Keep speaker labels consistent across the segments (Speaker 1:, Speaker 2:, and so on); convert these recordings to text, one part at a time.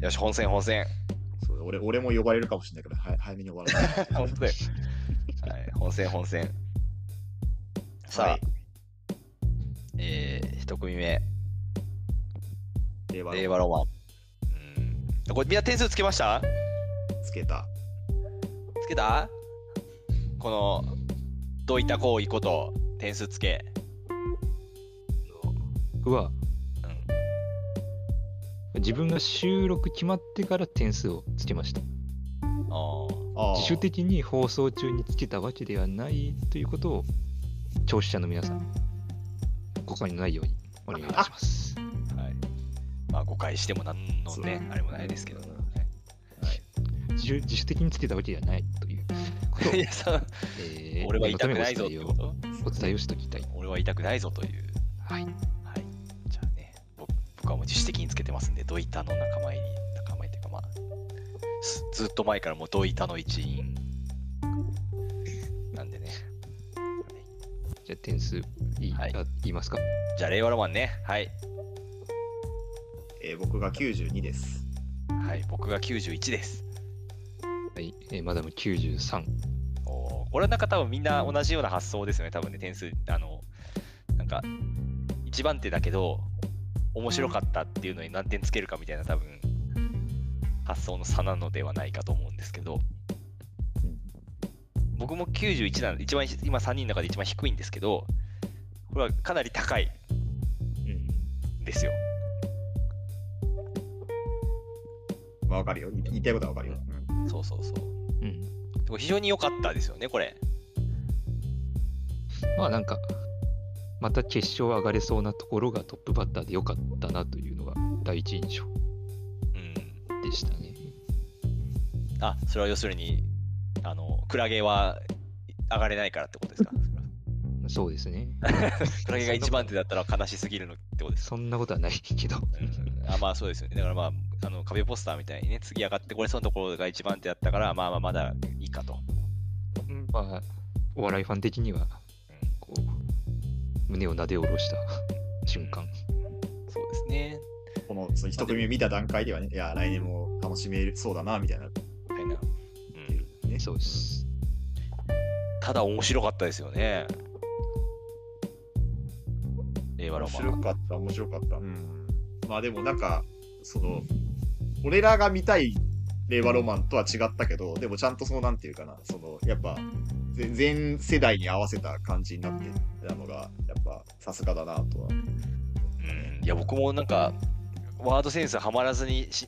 Speaker 1: よし、本戦、本戦。
Speaker 2: そう俺俺も呼ばれるかもしれないから、はい、早めに終わら ない
Speaker 1: 本当だよ。はい、本戦、本戦。さあ、
Speaker 2: はい
Speaker 1: えー、一組目、
Speaker 2: 令和
Speaker 1: 令和ロマン。うん。これみんな点数つけました
Speaker 2: つけた。
Speaker 1: つけたこの、どういった行為こと、点数つけ。
Speaker 3: 僕は
Speaker 1: うん。
Speaker 3: 自分が収録決まってから点数をつけました。
Speaker 1: あー
Speaker 2: ああ
Speaker 3: 自主的に放送中につけたわけではないということを、聴取者の皆さん、誤解のないようにお願いいた します。
Speaker 1: はい。まあ、誤解しても何のね
Speaker 2: そ、
Speaker 1: あれもないですけど。
Speaker 3: 自主自主的につけたわけではないということを
Speaker 1: い、や、そう
Speaker 3: えー
Speaker 1: 俺は痛くないぞって
Speaker 3: 改め
Speaker 1: こ
Speaker 3: て
Speaker 1: と
Speaker 3: お伝えをお伝えをしときたい。
Speaker 1: 俺は痛くないぞという。
Speaker 3: はい。
Speaker 1: はい。じゃあね、僕僕はもう自主的につけてますんで、ドイタの仲間入り、仲間入りというかまあ、すずっと前からもうドイタの一員。なんでね。
Speaker 3: じゃあ点数いい、
Speaker 1: はい
Speaker 3: あ言いますか
Speaker 1: じゃあ、令和ロマンね。はい。
Speaker 2: えー僕が92です。
Speaker 1: はい、僕が91です。
Speaker 3: はい、えーマダム93。
Speaker 1: おーこれはなんか多分みんな同じような発想ですよね、多分ね、点数、あの、なんか、1番手だけど、面白かったっていうのに何点つけるかみたいな、多分発想の差なのではないかと思うんですけど、僕も91なんで、一番、今3人の中で一番低いんですけど、これはかなり高い
Speaker 2: うん
Speaker 1: んですよ。
Speaker 2: まあ、わかるよ。言い言いたいことはわかるよ。
Speaker 1: そうそうそう。
Speaker 3: うん。
Speaker 1: でも非常に良かったですよね、これ。
Speaker 3: まあなんか、また決勝上がれそうなところがトップバッターで良かったなというのが第一印象
Speaker 1: うん。
Speaker 3: でしたね。
Speaker 1: あ、それは要するに、あの、クラゲは上がれないからってことですか
Speaker 3: そうです ね。
Speaker 1: クラゲが一番手だったら悲しすぎるのってことですか、
Speaker 3: そんなことはないけど。
Speaker 1: うんあまあそうですよね。だからまあ、あの壁ポスターみたいにね、次上がってこれそうなところが一番手だったから、まあまあまだいいかと。
Speaker 3: まあ、お笑いファン的には、こう、胸をなで下ろした瞬間。
Speaker 1: そうですね。
Speaker 2: このその一組目見た段階ではね、いや、来年も楽しめるそうだな、みたいな。
Speaker 1: みたいな。うん、
Speaker 2: ね、
Speaker 3: そうです。
Speaker 1: ただ面白かったですよね。令和ロ
Speaker 2: 面
Speaker 1: マ
Speaker 2: 白
Speaker 1: ン。
Speaker 2: かった、面白かった。うん、まあでもなんか、その、俺らが見たい令和ロマンとは違ったけど、でもちゃんとその、なんていうかな、その、やっぱ、ぜ全世代に合わせた感じになってたのが、やっぱ、さすがだなとは。
Speaker 1: うん、いや、僕もなんか、ワードセンスはまらずにし、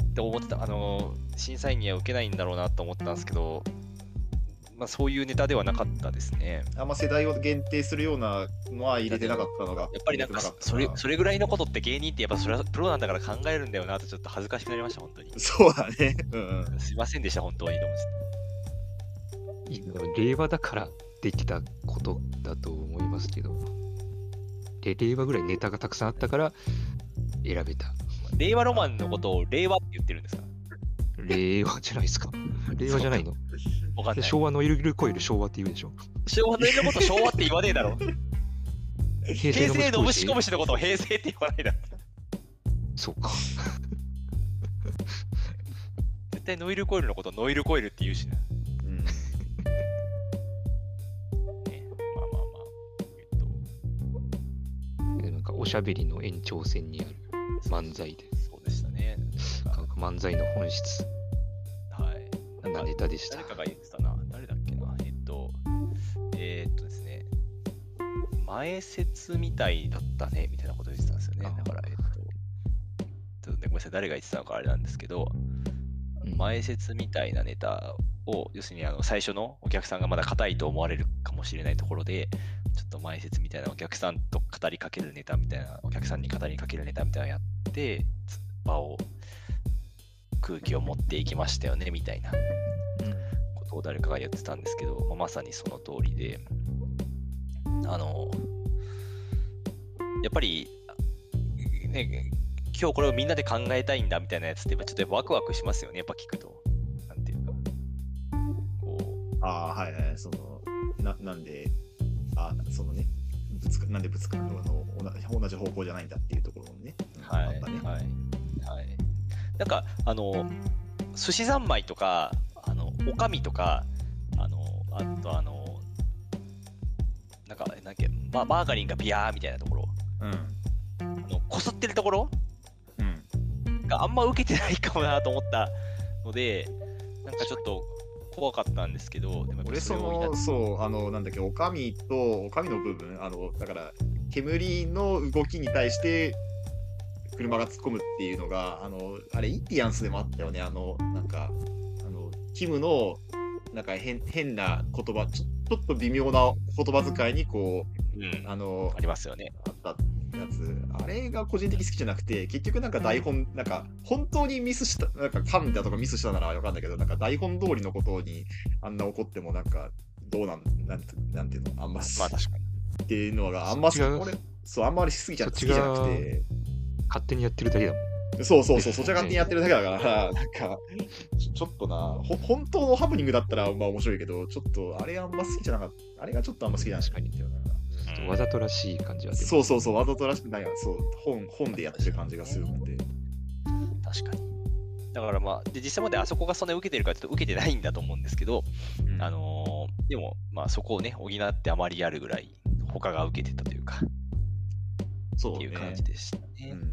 Speaker 1: って思ってた、あのー、審査員には受けないんだろうなと思ったんですけど、まあそういうネタではなかったですね。
Speaker 2: あんま世代を限定するようなのは入れてなかったのが、や
Speaker 1: やっぱりなんかそれそれぐらいのことって芸人ってやっぱそれはプロなんだから考えるんだよなとちょっと恥ずかしくなりました本当に
Speaker 2: そうだね。うんうん。
Speaker 1: すいませんでした本当にどうも
Speaker 3: いいの令和だからできたことだと思いますけど。で令和ぐらいネタがたくさんあったから選べた。
Speaker 1: 令和ロマンのことを令和って言ってるんですか
Speaker 3: 令和じゃないですか。令和じゃないの。
Speaker 1: わかん
Speaker 3: で
Speaker 1: ない
Speaker 3: 昭和のいるいる声で昭和って言うで しょ。
Speaker 1: 昭和の犬のこと昭和って言わねえだろ
Speaker 3: 平
Speaker 1: 平成のぶし
Speaker 3: 虫
Speaker 1: こぶしのことを平成って言わないだろ
Speaker 3: そうか。
Speaker 1: 絶対ノイルコイルのことをノイルコイルって言うしな、ね、
Speaker 2: うん
Speaker 1: まあまあまあえっと
Speaker 3: なんかおしゃべりの延長線にある漫才で。
Speaker 1: そうでしたねなん
Speaker 3: なんか漫才の本質
Speaker 1: かはいなん
Speaker 3: な
Speaker 1: か
Speaker 3: ネタでした
Speaker 1: 誰。かが言ってたな。誰だっけな。えっと、えーっとですね、前説みたいだったね、みたいなこと言ってたんですよね。
Speaker 3: あ
Speaker 1: だから、えっと、ちょっとね、ごめんなさい、誰が言ってたのかあれなんですけど、
Speaker 3: うん
Speaker 1: 前説みたいなネタを、要するにあの最初のお客さんがまだ硬いと思われるかもしれないところで、ちょっと前説みたいなお客さんと語りかけるネタみたいな、お客さんに語りかけるネタみたいなのやって、つ場を、空気を持っていきましたよね、みたいな。ことを誰かが言ってたんですけど、まあまさにその通りであのやっぱりね今日これをみんなで考えたいんだみたいなやつってやっぱちょっとやっぱワクワクしますよねやっぱ聞くとなんていうかこう
Speaker 2: ああ、はいはい、その、ななんで、あそのね、ぶつかなんでぶつかるのかの同じ同じ方向じゃないんだっていうところもね、
Speaker 1: はい
Speaker 2: あったね。
Speaker 1: はいはいなんかあの寿司三昧とかあのおかみとかあのあとあのなんかなんだっけ、ま、マーガリンがビヤーみたいなところ
Speaker 2: うん。
Speaker 1: あのこすってるところ
Speaker 2: うん。
Speaker 1: があんま受けてないかもなと思ったのでなんかちょっと怖かったんですけどでもやっぱ
Speaker 2: 俺そ
Speaker 1: れを補っ
Speaker 2: のそうあのなんだっけおかみとおかみの部分あのだから煙の動きに対して車が突っ込むっていうのがあのあれインディアンスでもあったよねあのなんかあのキムのなんか変変な言葉ちょちょっと微妙な言葉遣いにこ
Speaker 1: うん
Speaker 2: うあの
Speaker 1: ありますよね
Speaker 2: あったやつあれが個人的好きじゃなくて結局なんか台本なんか本当にミスしたなんか噛んだとかミスしたならわかんないけどなんか台本通りのことにあんな怒ってもなんかどうなんなんてなんていうのあん
Speaker 1: ま
Speaker 2: ま
Speaker 1: あ確かに
Speaker 2: っていうのがあんま
Speaker 3: そっちが
Speaker 2: 俺そうあんまりしすぎちゃ好
Speaker 3: そっ
Speaker 2: き
Speaker 3: ち
Speaker 2: じ
Speaker 3: が
Speaker 2: ゃなくて
Speaker 3: 勝手にやってるだけだもん。
Speaker 2: そうそうそうそっちが勝手にやってるだけだからなんかちょちょっとなほ本当のハプニングだったらまあ面白いけどちょっとあれあんま好きじゃなかったあれがちょっとあんま好きじゃなかったんだよな
Speaker 3: ちょっとわざとらしい感じは出ます
Speaker 2: そうそうそう、わざとらしくないやそう、本、本でやってる感じがするので。
Speaker 1: 確かにだからまあで実際まであそこがそんなに受けてるかちょっと受けてないんだと思うんですけどあのーでも、まあ、そこをね、補ってあまりやるぐらい、他が受けてたというか、
Speaker 2: そ
Speaker 1: っていう感じでしたね。
Speaker 2: うん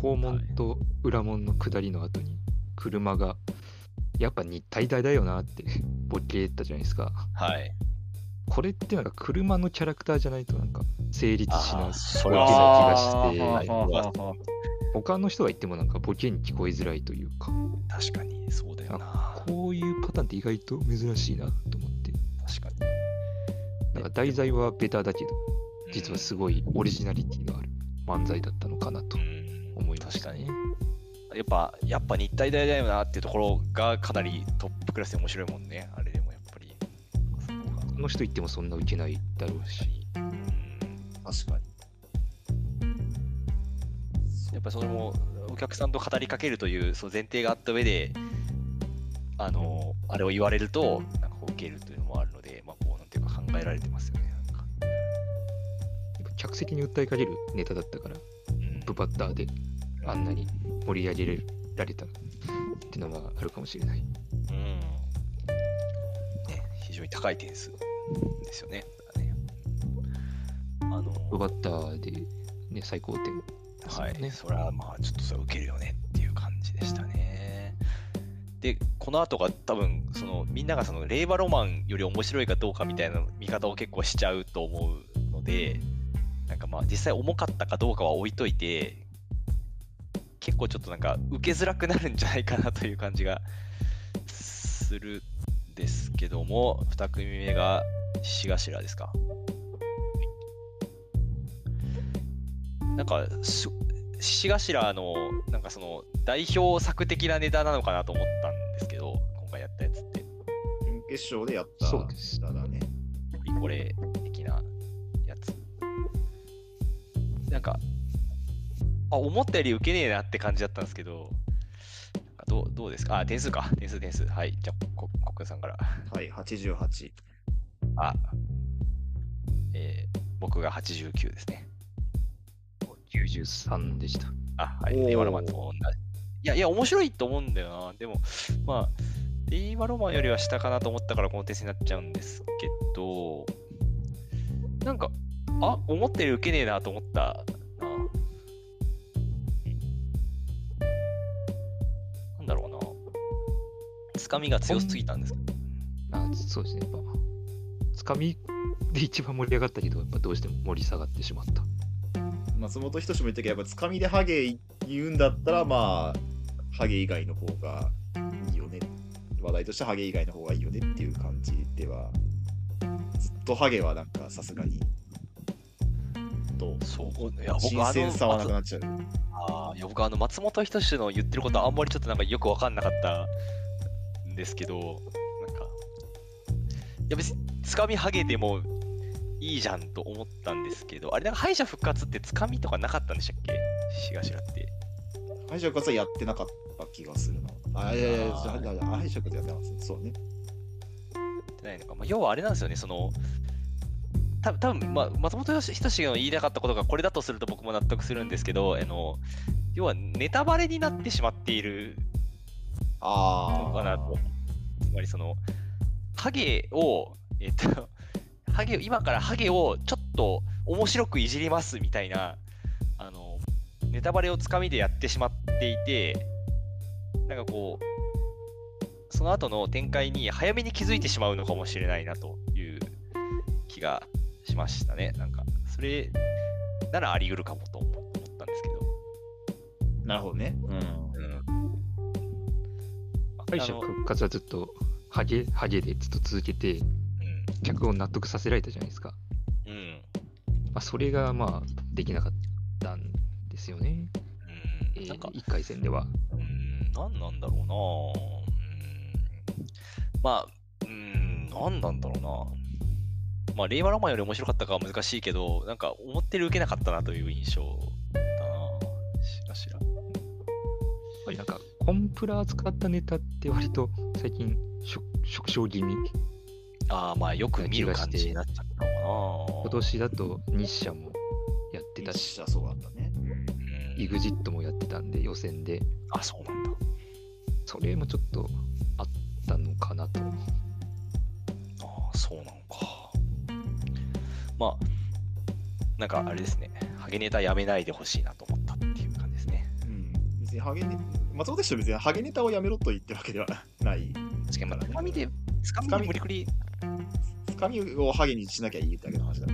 Speaker 3: 肛門と裏門の下りの後に車がやっぱ日体大だよなってボケったじゃないですか
Speaker 1: はい。
Speaker 3: これってなんか車のキャラクターじゃないとなんか成立し
Speaker 1: あ
Speaker 3: な
Speaker 1: ー
Speaker 3: い
Speaker 1: そ
Speaker 3: ボ
Speaker 1: れ
Speaker 3: ケな
Speaker 1: は
Speaker 3: 気がして
Speaker 2: あーはあはあはあは
Speaker 3: 他の人が言ってもなんかボケに聞こえづらいというか
Speaker 1: 確かに、そうだよな。
Speaker 3: こういうパターンって意外と珍しいなと思って
Speaker 1: 確かに。
Speaker 3: なんか題材はベタだけど
Speaker 1: うん
Speaker 3: 実はすごいオリジナリティのある漫才だったのかなと
Speaker 1: うん
Speaker 3: 思いました
Speaker 1: 確か
Speaker 3: ね
Speaker 1: に。やっぱ、やっぱ日体大だよなっていうところがかなりトップクラスで面白いもんね。あれでもやっぱり。
Speaker 3: この人言ってもそんなウケないだろうし
Speaker 1: うん
Speaker 2: あ確かに。
Speaker 1: やっぱそれもお客さんと語りかけるというその前提があった上で、あのあれを言われると、なんかこう受けるというのもあるので、まあ、こうなんていうか考えられてますよね。なんか
Speaker 3: 客席に訴えかけるネタだったから
Speaker 1: うん
Speaker 3: トップバッターであんなに盛り上げられたっていうのがあるかもしれない。
Speaker 1: うんね、非常に高い点数ですよね。だからねあの
Speaker 3: トップバッターで、ね、最高点ですも
Speaker 1: は
Speaker 3: ん
Speaker 1: い、
Speaker 3: ね。
Speaker 1: それはまあちょっとそれは受けるよねっていう感じでしたね。で、この後が多分そのみんながその令和ロマンより面白いかどうかみたいな見方を結構しちゃうと思うので、なんかまあ実際重かったかどうかは置いといて、結構ちょっとなんか受けづらくなるんじゃないかなという感じがするんですけども、2組目が獅子頭ですか。なんかす獅子頭のなんかその代表作的なネタなのかなと思ったんですけど今回やったやつって
Speaker 2: 準決勝でやった。
Speaker 3: そうです
Speaker 2: だね。
Speaker 1: ポリコレ的なやつなんかあ思ったよりウケねえなって感じだったんですけどなんかどうどうですかあ点数か点数点数はいじゃあここっくんさんから
Speaker 2: はい、88。
Speaker 1: あえー僕が89ですね
Speaker 3: 93でした。
Speaker 1: あ、は
Speaker 2: おー
Speaker 1: い。令和ロマンと同じ。いや、いや、面白いと思うんだよな。でも、まあ、令和ロマンよりは下かなと思ったから、この点数になっちゃうんですけど、なんか、あ、思ってる受けねえなと思ったな。なんだろうな。つかみが強すぎたんですけど。
Speaker 3: あそうですね。やっぱつかみで一番盛り上がったけど、やっぱどうしても盛り下がってしまった。
Speaker 2: 松本人志も言ったけど、やっぱつかみでハゲ言うんだったら、まあ、ハゲ以外の方がいいよね。話題としてハゲ以外の方がいいよねっていう感じでは、ずっとハゲはなんかさすがに。と
Speaker 1: そういや僕
Speaker 2: 新鮮さはなくなっちゃう。
Speaker 1: あーいや僕あの松本人志の言ってることはあんまりちょっとなんかよく分かんなかったんですけどなんかいや別につかみはげてもいいじゃんと思ったんですけどあれなんか敗者復活ってつかみとかなかったんでしたっけしがしらって
Speaker 2: 敗者復活はやってなかった気がするな。あ、いやいやいや、
Speaker 1: あー
Speaker 2: じゃあじゃあ敗者復活やってますね。そうね。
Speaker 1: やってないのか、まあ、要はあれなんですよねその多分多分まあ松本人志が言いたかったことがこれだとすると僕も納得するんですけどあの要はネタバレになってしまっている
Speaker 2: あ
Speaker 1: の
Speaker 2: あ。
Speaker 1: かなと。つまりその、ハゲを、えっと、 ハゲ、今からハゲをちょっと面白くいじりますみたいな、あの、ネタバレをつかみでやってしまっていて、なんかこう、その後の展開に早めに気づいてしまうのかもしれないなという気がしましたね。なんか、それならあり得るかもと思思ったんですけど。
Speaker 2: なるほどね。うん。
Speaker 3: 敗者復活はずっとハゲハゲでずっと続けて客を納得させられたじゃないですか、
Speaker 1: うん。うん。
Speaker 3: まあ、それがまあできなかったんですよね、え
Speaker 1: うん。なんか、
Speaker 3: 1回戦では
Speaker 1: うーん、何なんだろうなうーん。まあ、うーん、何なんだろうな。まあ、令和ロマンより面白かったかは難しいけど、なんか思ってる受けなかったなという印象だな。しかしら。
Speaker 3: やっぱりなんかコンプラ扱ったネタって割と最近縮縮小気味
Speaker 1: ああ、まあ、よく見る感じになっちゃったのかな。
Speaker 3: 今年だと日社もやってたし
Speaker 2: 一社そうだったね。
Speaker 1: うん
Speaker 3: EXIT もやってたんで予選で
Speaker 1: あ、そうなんだ。
Speaker 3: それもちょっとあったのかなと
Speaker 1: ああ、そうなのか。まあ、なんかあれですね。ハゲネタやめないでほしいなと思ったっていう感じですね。
Speaker 2: うん。別にハゲネ松本氏は別にハゲネタをやめろと言ってるわけではない。
Speaker 1: 確かに、まあ、つかみで、つかみで無理くり
Speaker 2: つかみをハゲにしなきゃいいだけの話だか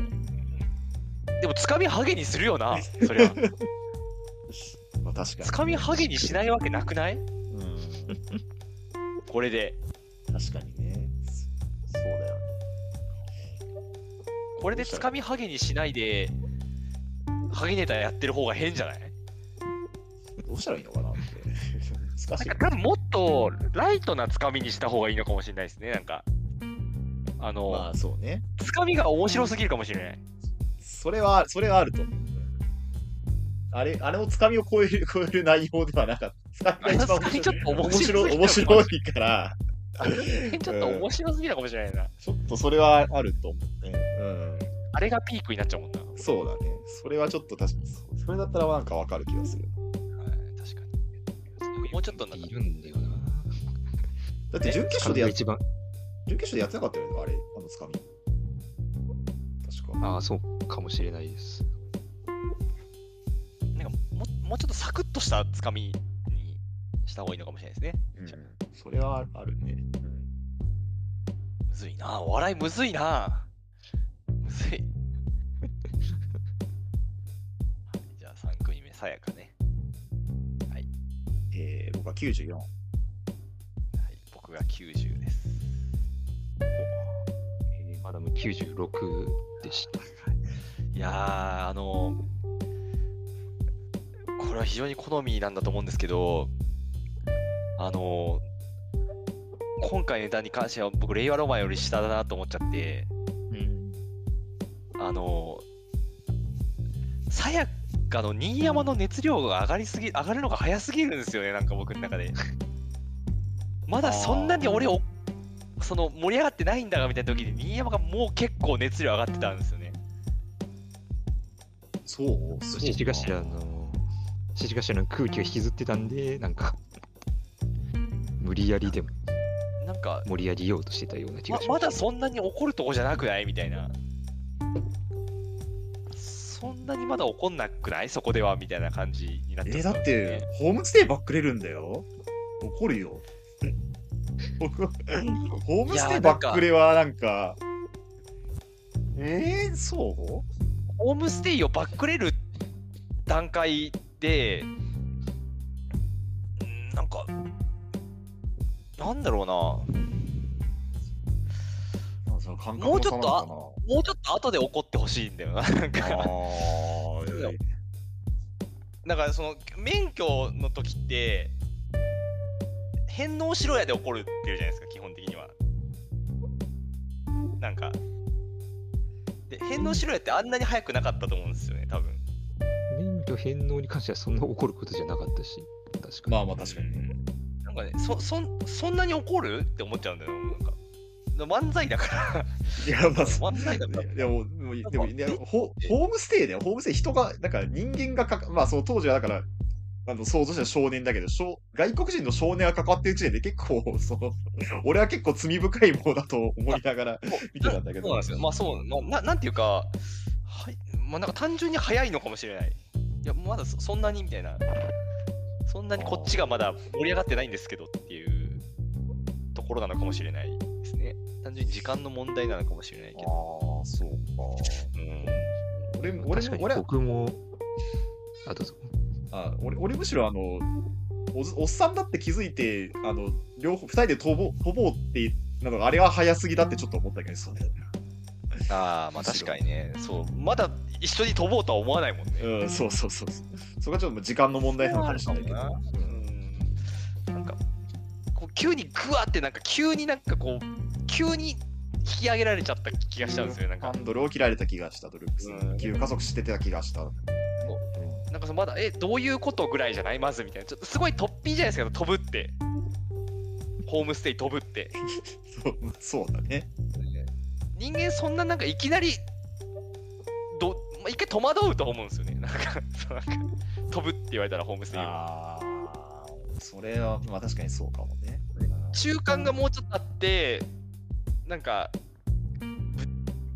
Speaker 2: ら。
Speaker 1: でも、つかみハゲにするよな、そりゃ。
Speaker 2: まあ確かに。
Speaker 1: つかみハゲにしないわけなくない
Speaker 2: うん。
Speaker 1: これで。
Speaker 2: 確かにね。そそうだよね。
Speaker 1: これでつかみハゲにしないで、ハゲネタやってる方が変じゃない
Speaker 2: どうしたらいいのかなって。難しい
Speaker 1: なん。か多分もっとライトなつかみにした方がいいのかもしれないですね、なんか。あの、
Speaker 2: まあそうね。
Speaker 1: つかみが面白すぎるかもしれない。
Speaker 2: それは、それはあると思う。あれ、あれのつかみを超える、超える内容ではなかった。つかみが一番
Speaker 1: あのつかみちょっと面
Speaker 2: 面
Speaker 1: 白
Speaker 2: 白
Speaker 1: い
Speaker 2: い。面白いから、
Speaker 1: ちょっと面白すぎるかもしれないな。
Speaker 2: ちょっとそれはあると思うね。うん。
Speaker 1: あれがピークになっちゃうもんな。はい、
Speaker 2: そうだね。それはちょっと確かにそう。それだったらなんかわかる気がする。
Speaker 1: 確かに。もうちょっとなんか
Speaker 3: い、るんだよな
Speaker 2: だって準決勝
Speaker 3: 力
Speaker 2: でやっ、
Speaker 3: が一番
Speaker 2: 準決勝でやってなかったよね、あれ、あのつかみ。確か。
Speaker 3: ああそうかもしれないです
Speaker 1: なんかももうちょっとサクッとしたつかみにした方がいいのかもしれないですね。
Speaker 2: うんそれはあるね。
Speaker 1: むずいなお笑いむずいなむずい はいじゃあ3組目さやかね、
Speaker 2: えー、僕は94。
Speaker 1: はい、僕が90です
Speaker 3: えーまだもう96でした
Speaker 1: いやーあのこれは非常に好みなんだと思うんですけどあの今回ネタに関しては僕令和ロマンより下だなと思っちゃって
Speaker 3: うん
Speaker 1: あのさやかの新山の熱量が上がりすぎ上がるのが早すぎるんですよねなんか僕の中 でまだそんなに俺をその盛り上がってないんだがみたいな時に新山がもう結構熱量上がってたんですよね
Speaker 2: そう、そう
Speaker 3: 獅子頭の獅子頭の空気を引きずってたんでなんか無理やりでも
Speaker 1: なんか
Speaker 3: 盛り上げようとしてたような気
Speaker 1: ま
Speaker 3: がしま
Speaker 1: ますだそんなに怒るとこじゃなくないみたいなそんなにまだ怒んなくないそこではみたいな感じになっ
Speaker 2: え
Speaker 1: ちゃ
Speaker 2: ー
Speaker 1: た
Speaker 2: だ
Speaker 1: んで
Speaker 2: っ
Speaker 1: すよね
Speaker 2: て、ホームステイばっくれるんだよ。怒るよ。ホームステイばっくれはなんか、えー、そう
Speaker 1: ホームステイをバックれる段階で、うんなんか、なんだろうな、もうちょっとあ
Speaker 2: と
Speaker 1: もうちょっと後で怒ってほしいんだよな、 なん
Speaker 2: あ
Speaker 1: か、
Speaker 2: ー
Speaker 1: いやなんかその免許の時って、返納しろやで怒るっていうじゃないですか、基本的には。なんか、で返納しろやってあんなに早くなかったと思うんですよね、多分
Speaker 3: 免許返納に関してはそんな怒ることじゃなかったし確かに
Speaker 2: まあまあ確かにね。
Speaker 1: なんかね、そそんそんなに怒るって思っちゃうんだよ、なんか。漫才だから。
Speaker 2: いや、まあ、そ
Speaker 1: 漫才だから。
Speaker 2: いやもうでもでもいやホホームステイだよ、ホームステイ、人が、なんか人間がかか、まあその当時はだから、あの想像した少年だけど、少外国人の少年が関わってる時点で結構、その、俺は結構罪深いものだと思いながら見てたんだけ
Speaker 1: そうなん
Speaker 2: ど
Speaker 1: で、すよ。まあそう、まあ、ななんていうか、はいまあ、なんか単純に早いのかもしれない。いや、まだそそんなにみたいな、そんなにこっちがまだ盛り上がってないんですけどっていうところなのかもしれないですね。単純に時間の問題なのかもしれないけど。
Speaker 2: ああ、そうか。
Speaker 1: うん
Speaker 2: 俺も、俺も
Speaker 3: 確か、に
Speaker 2: 俺は、
Speaker 3: 僕も、あ、どうぞ。
Speaker 2: あ俺俺むしろあのおずおっさんだって気づいてあの両方2人で飛ぼう飛ぼうってなのがあれは早すぎだってちょっと思ったけどそうだよね
Speaker 1: ああ、まあ確かにね。そう、まだ一緒に飛ぼうとは思わないもんね。
Speaker 2: うんそうそうそうそうそこはちょっと時間の問題なのかもしれないけど
Speaker 1: そうなのかもうんなんかこう急にグワってなんか急になんかこう急に引き上げられちゃった気がしちゃうんですよねなん
Speaker 2: ハ
Speaker 1: か
Speaker 2: ンドルを切られた気がしたドルックス
Speaker 1: うん
Speaker 2: 急加速してた気がした
Speaker 1: なんかそのまだえどういうことぐらいじゃないまずみたいなちょっとすごい突飛じゃないですか飛ぶってホームステイ飛ぶって
Speaker 2: そうそうだね
Speaker 1: 人間そんななんかいきなりど、まあ、一回戸惑うと思うんですよねなんかそうなんか飛ぶって言われたらホームステイを
Speaker 2: ああそれはまあ確かにそうかもね
Speaker 1: 中間がもうちょっとあってなんかぶ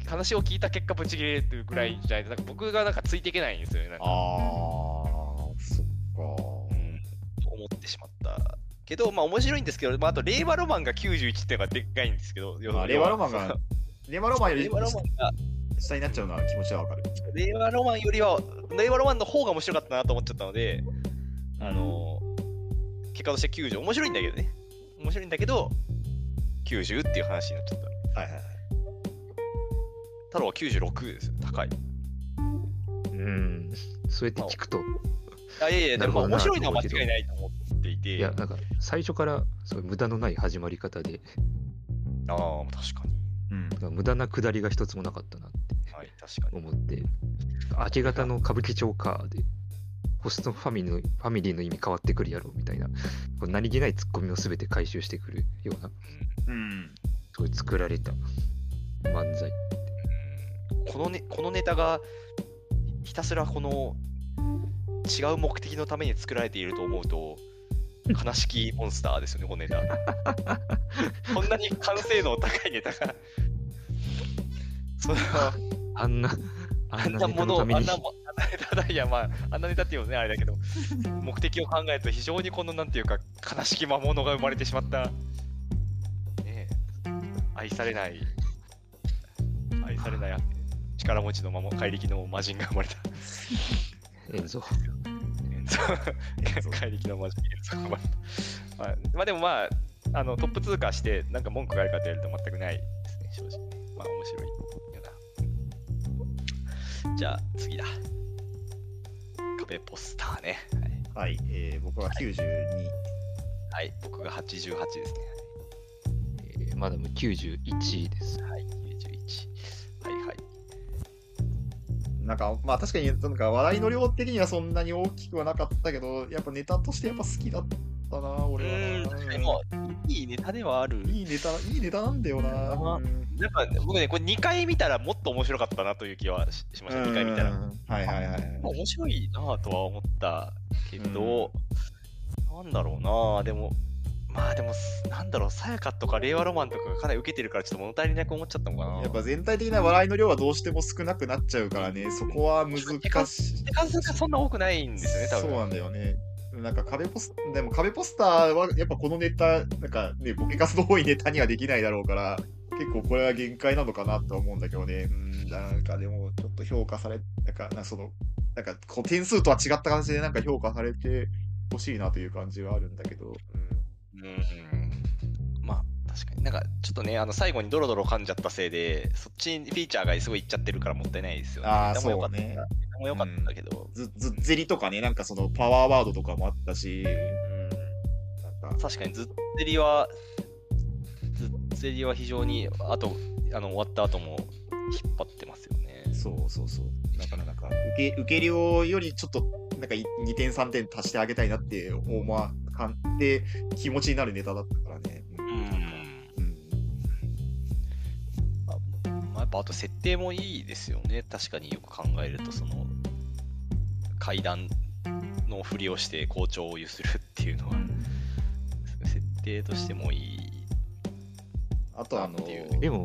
Speaker 1: 話を聞いた結果ブチ切れてるぐらいじゃないとなんか僕がなんかついていけないんですよねなん
Speaker 2: あ
Speaker 1: か
Speaker 2: あそっ
Speaker 1: う
Speaker 2: か
Speaker 1: ん思ってしまったけどまあ面白いんですけど、まあ、あと令和ロマンが91っていうのがでっかいんですけど要
Speaker 2: ま
Speaker 1: は
Speaker 2: あ令和ロマ ン がレマロマンよ
Speaker 1: 令
Speaker 2: り
Speaker 1: 和ロマンが
Speaker 2: 下になっちゃうのは気持ちはわかる
Speaker 1: 令和ロマンよりは令和ロマンの方が面白かったなと思っちゃったのであの結果として90面白いんだけどね面白いんだけど90っていう話になっちゃった
Speaker 2: はいはいはい
Speaker 1: 太郎は96ですよ高い
Speaker 3: うん。そうやって聞くと、
Speaker 1: あいやいや、で
Speaker 3: なる
Speaker 1: も
Speaker 3: ほどな
Speaker 1: 面白いのは間違いないと思っていて、
Speaker 3: いや、なんか、最初から、そういう無駄のない始まり方で、
Speaker 1: ああ、確かに。
Speaker 2: うん
Speaker 3: 無駄な下りが一つもなかったなって
Speaker 1: はい、確かに。
Speaker 3: 思って、明け方の歌舞伎町か、で、ホストファミリーのファミリーの意味変わってくるやろ、みたいな、こう何気ないツッコミを全て回収してくるような、
Speaker 2: うん
Speaker 3: そういう作られた漫
Speaker 1: う
Speaker 3: 才。
Speaker 1: んこのね、このネタがひたすらこの違う目的のために作られていると思うと、悲しきモンスターですよね、このネタ。こんなに完成度の高いネタが。その
Speaker 3: あんな、
Speaker 1: あ
Speaker 3: あん
Speaker 1: ん
Speaker 3: な
Speaker 1: な
Speaker 3: ネタ
Speaker 1: も
Speaker 3: の
Speaker 1: のを、あ
Speaker 3: た
Speaker 1: ん
Speaker 3: め
Speaker 1: な
Speaker 3: に、
Speaker 1: もあんなネタだ、いや、まあ、あんなネタっていうのはね、あれだけど、目的を考えると、非常にこの、なんていうか、悲しき魔物が生まれてしまった、ねえ、愛されない、愛されない、力持ちの魔物、怪力の魔人が生まれた。
Speaker 3: えんぞ。
Speaker 1: そう怪力の魔人が生まれた。まあ、まあ、でもまあ、あのトップ通過して、なんか文句があるかと言われると全くないですね、正直ね。まあ、面白いよな。じゃあ、次だ。壁ポスターね。はい、
Speaker 2: はい、えー、僕は92。
Speaker 1: はい、僕が88ですね。
Speaker 3: えーマダム91です。
Speaker 1: はい、91。はいはい。
Speaker 2: なんか、まあ確かに、なんか話題の量的にはそんなに大きくはなかったけど、やっぱネタとしてやっぱ好きだったな、
Speaker 1: う
Speaker 2: 俺
Speaker 1: ーん、
Speaker 2: は
Speaker 1: 確か
Speaker 2: な。
Speaker 1: にもう、いいネタではある。
Speaker 2: いいネタ、いいネタなんだよな。
Speaker 1: まあ
Speaker 2: うん
Speaker 1: やっぱ僕ね、これ2回見たらもっと面白かったなという気はししました、2回見たら。
Speaker 2: うんはいはいはい。
Speaker 1: まあ面白いなぁとは思ったけど、なんだろうなぁでもまあでもすなんだろうさやかとか令和ロマンとかがかなり受けてるからちょっと物足りなく思っちゃったのかな
Speaker 2: やっぱ全体的な笑いの量はどうしても少なくなっちゃうからね、そこは難しい。
Speaker 1: 手数がそんな多くないんですよね多分
Speaker 2: そうなんだよね。なんか壁ポスでも壁ポスターはやっぱこのネタ、なんかね、ボケ数の多いネタにはできないだろうから、結構これは限界なのかなとは思うんだけどね。うん、なんかでもちょっと評価され、なんか、なんかその、なんかこう点数とは違った形でなんか評価されてほしいなという感じはあるんだけど。
Speaker 1: うんまあ確かになんかちょっとねあの最後にドロドロ噛んじゃったせいでそっちにフィーチャーがすごいいっちゃってるからもったいないですよね
Speaker 2: あ
Speaker 1: で
Speaker 2: ー
Speaker 1: もよかった
Speaker 2: そうね
Speaker 1: でもよかったけど、
Speaker 2: ず、ずっぜりとかね、なんかそのパワーワードとかもあったし、なんか、
Speaker 1: 確かにずってりはずってりは非常にあとあの終わった後も引っ張ってますよね
Speaker 2: そうそうそう。だからなんか、受け、受け量よりちょっと、なんかい2点3点足してあげたいなって思わかんって気持ちになるネタだったからね。う
Speaker 1: うん
Speaker 2: なんかうん
Speaker 1: まあ、やっぱあと設定もいいですよね確かによく考えるとその階段のふりをして校長をゆするっていうのは設定としてもいい、
Speaker 2: あとあ
Speaker 1: なん
Speaker 2: の
Speaker 1: ていう
Speaker 3: でも、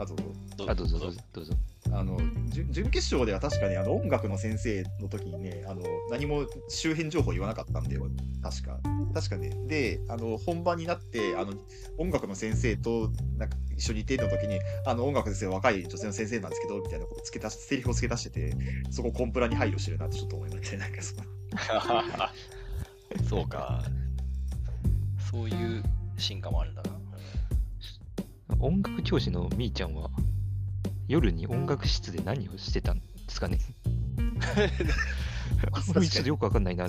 Speaker 2: あと
Speaker 1: ど
Speaker 3: あ、どうぞどうぞどうぞ。
Speaker 2: あの準準決勝では確かにあの音楽の先生の時にねあの何も周辺情報言わなかったんだよ確か確かねであの本番になってあの音楽の先生となんか一緒にいての時にあの音楽の先生は若い女性の先生なんですけどみたいなこと付け足しセリフを付け足しててそこコンプラに配慮してるなってちょっと思いましたねなんかその
Speaker 1: そうか。そういう進化もあるんだな。
Speaker 3: 音楽教師のみーちゃんは、夜に音楽室で何をしてたんで すかねあんまりちょっとよくわかんないな。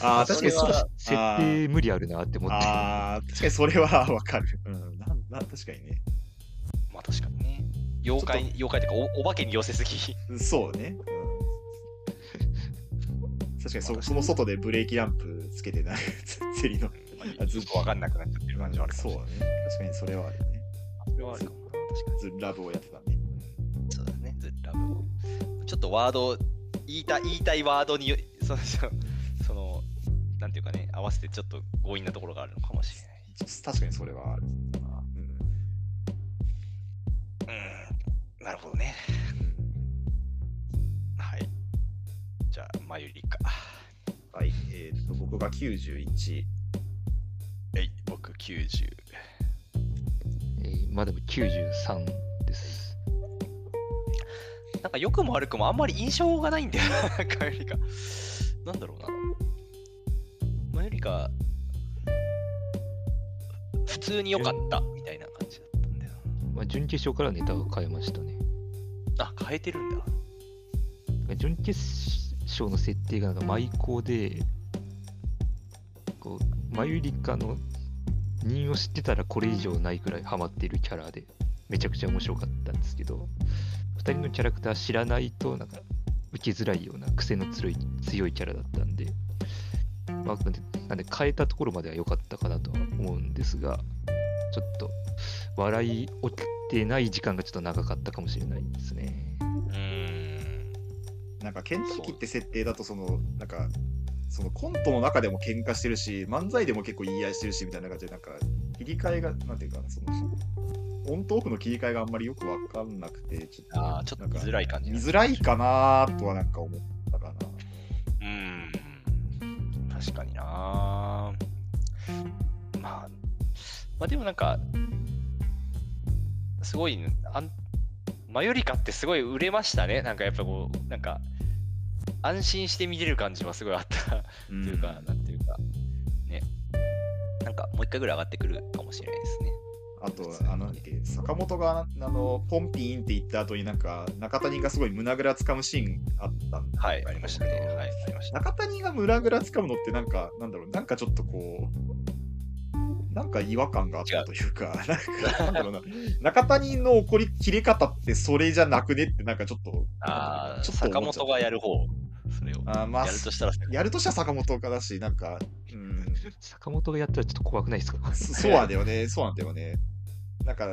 Speaker 2: あー
Speaker 1: 確かにそれは
Speaker 3: 設定無理あるなって思って。
Speaker 2: あー確かにそれはわかる、うん、なんな確かにね
Speaker 1: まあ確かにね。妖怪、妖怪というかお、お化けに寄せすぎ。
Speaker 2: そうね。 確かにそその外でブレーキランプつけてない釣りのあず
Speaker 1: ずっ
Speaker 2: っ と
Speaker 1: とわかんなくなっちゃってる感じはあるか
Speaker 2: そ
Speaker 1: も
Speaker 2: う
Speaker 1: しれ
Speaker 2: だ
Speaker 1: ない。
Speaker 2: ね。確かにそれは
Speaker 1: そ
Speaker 2: あるね。
Speaker 1: れはあるかもな。確かに。
Speaker 2: ズラブをやってたね。
Speaker 1: そうだね。ずっラブを。ちょっとワード、言いたい、言いたいワードによ、 その、そのその、なんていうかね、合わせてちょっと強引なところがあるのかもしれない。
Speaker 2: 確かにそれはあるかな。うん
Speaker 1: うん。なるほどね。はい。じゃあ、まゆりか。
Speaker 2: はい。えっ、と、僕が91。
Speaker 1: はい、僕90。
Speaker 3: えーまあでも93です。
Speaker 1: なんか良くも悪くもあんまり印象がないんだよな、 マユリカ。なんだろうな。マユリカ、普通に良かったみたいな感じだったんだよ
Speaker 3: まあ、準決勝からネタを変えましたね。
Speaker 1: な。あ、変えてるんだ。
Speaker 3: 準決勝の設定がなんか舞妓で、こう、マユリカの人を知ってたらこれ以上ないくらいハマっているキャラで、めちゃくちゃ面白かったんですけど、2人のキャラクター知らないと、なんか、受けづらいような癖の強い強いキャラだったんで、まあ、なんでなんで変えたところまでは良かったかなとは思うんですが、ちょっと、笑い起きてない時間がちょっと長かったかもしれないですね。
Speaker 1: うーん。
Speaker 2: なんか、ケンタッキーって設定だと、その、なんか、そのコントの中でも喧嘩してるし、漫才でも結構言い合いしてるしみたいな感じで、なんか、切り替えが、なんていうかな、その、オンとオフの切り替えがあんまりよくわかんなくて、ちょっと、
Speaker 1: あーちょっと見づらい感じ。
Speaker 2: 見づらいかなーとはなんか思ったかな。
Speaker 1: うーん。確かにな。まあ、まあでもなんか、すごい、あんマヨリカってすごい売れましたね。なんかやっぱこう、なんか、安心して見れる感じはすごいあった。
Speaker 2: と
Speaker 1: というか、なんていうか、ね。なんかもう一回ぐらい上がってくるかもしれないですね。
Speaker 2: あと、あの、なんだっけ坂本が、あの、ポンピーンって言った後になんか、中谷がすごい胸ぐらつかむシーンあったんだ
Speaker 1: はい、ありましたね。はい、ありました。
Speaker 2: 中谷が胸ぐらつかむのってなんか、なんだろう、なんかちょっとこう、なんか違和感があったというか、なんか、なんだろうな、中谷の怒り切れ方ってそれじゃなくねって、なんかちょっと、
Speaker 1: ああ、
Speaker 2: ちょっと
Speaker 1: 坂
Speaker 2: 思っちゃ
Speaker 1: 本
Speaker 2: った
Speaker 1: がやる方、それを。
Speaker 2: あーまあ
Speaker 1: やるとしたら、
Speaker 2: やるとしたら坂本家だし、なんか、うん、
Speaker 3: 坂本がやったらちょっと怖くないで す か
Speaker 2: そそうなんだよね、そうなんだよね。なんか、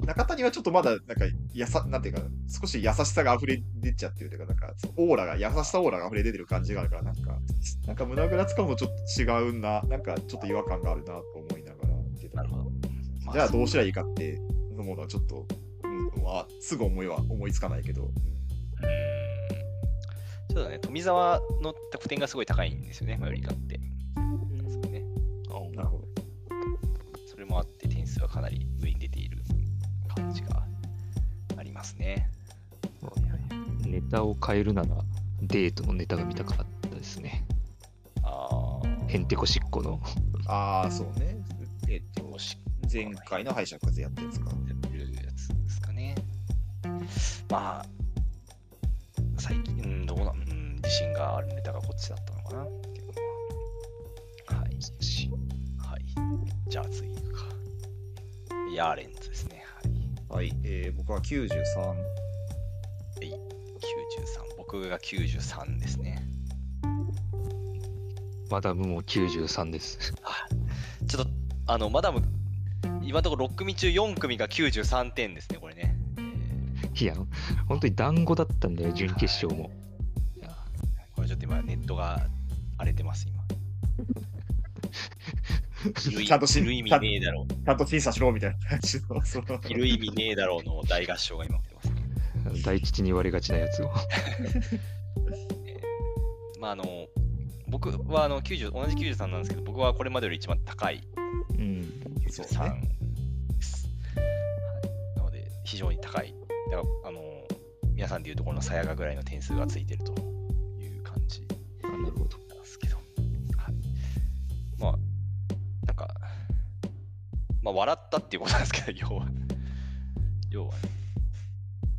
Speaker 2: 中谷はちょっとまだ、なんか、やさ、なんていうか、少し優しさが溢れ出ちゃってるというか、なんか、オーラが、優しさオーラが溢れ出てる感じがあるから、なんか、なんか胸ぐらつかむのちょっと違うな、なんかちょっと違和感があるなと思いながら見てた
Speaker 1: なるほど。まあ
Speaker 2: じゃあどうしたらいいかって思うのはちょっと、うん、まあすぐ思いは思いつかないけど、
Speaker 1: うーんそうだね、富澤の得点がすごい高いんですよね、マヨリカって。そうね、
Speaker 2: うん、なるほど。
Speaker 1: それもあって点数はかなり上に出ている感じがありますね。
Speaker 3: ネタを変えるならデートのネタが見たかったですね。
Speaker 1: ああ、
Speaker 3: へんてこしっこの。
Speaker 2: ああ、そうね。えっと
Speaker 1: 押、し
Speaker 2: 前回の敗者復活やったやつか。
Speaker 1: ってるやつですかね。まあ、最近、うん、どうな、うん、自信があるネタがこっちだったのかな。けどまあはい。はい。じゃあ次行くか。ヤーレンズですね。はい。
Speaker 2: はい、えー、僕は93。
Speaker 1: 93僕が93ですね
Speaker 3: マダムも93です。
Speaker 1: ちょっとあのマダム今のところ6組中4組が93点ですねこれね、え
Speaker 3: いや、本当に団子だったんだよ、準決勝も。いや
Speaker 1: ょっと今ネットが荒れてます、 今。いる
Speaker 2: ちゃんとし
Speaker 1: いる意味ねえだろう。
Speaker 2: ちゃんと審査しろみたいな感じの、 その
Speaker 1: いる意味ねえだろうの大合唱が今起きてます。
Speaker 3: あの大吉に言われがちなや つを。
Speaker 1: まああの僕はあの90同じ93なんですけど僕はこれまでより一番高い
Speaker 3: うん。
Speaker 2: そう
Speaker 1: 93
Speaker 2: ね
Speaker 1: です、はい、なので非常に高いだからあの皆さんでいうところのさやがぐらいの点数がついてるという感じ
Speaker 3: あなるほど。
Speaker 1: なんですけど、はい、まあなんかまあ笑ったっていうことなんですけど要は 要はね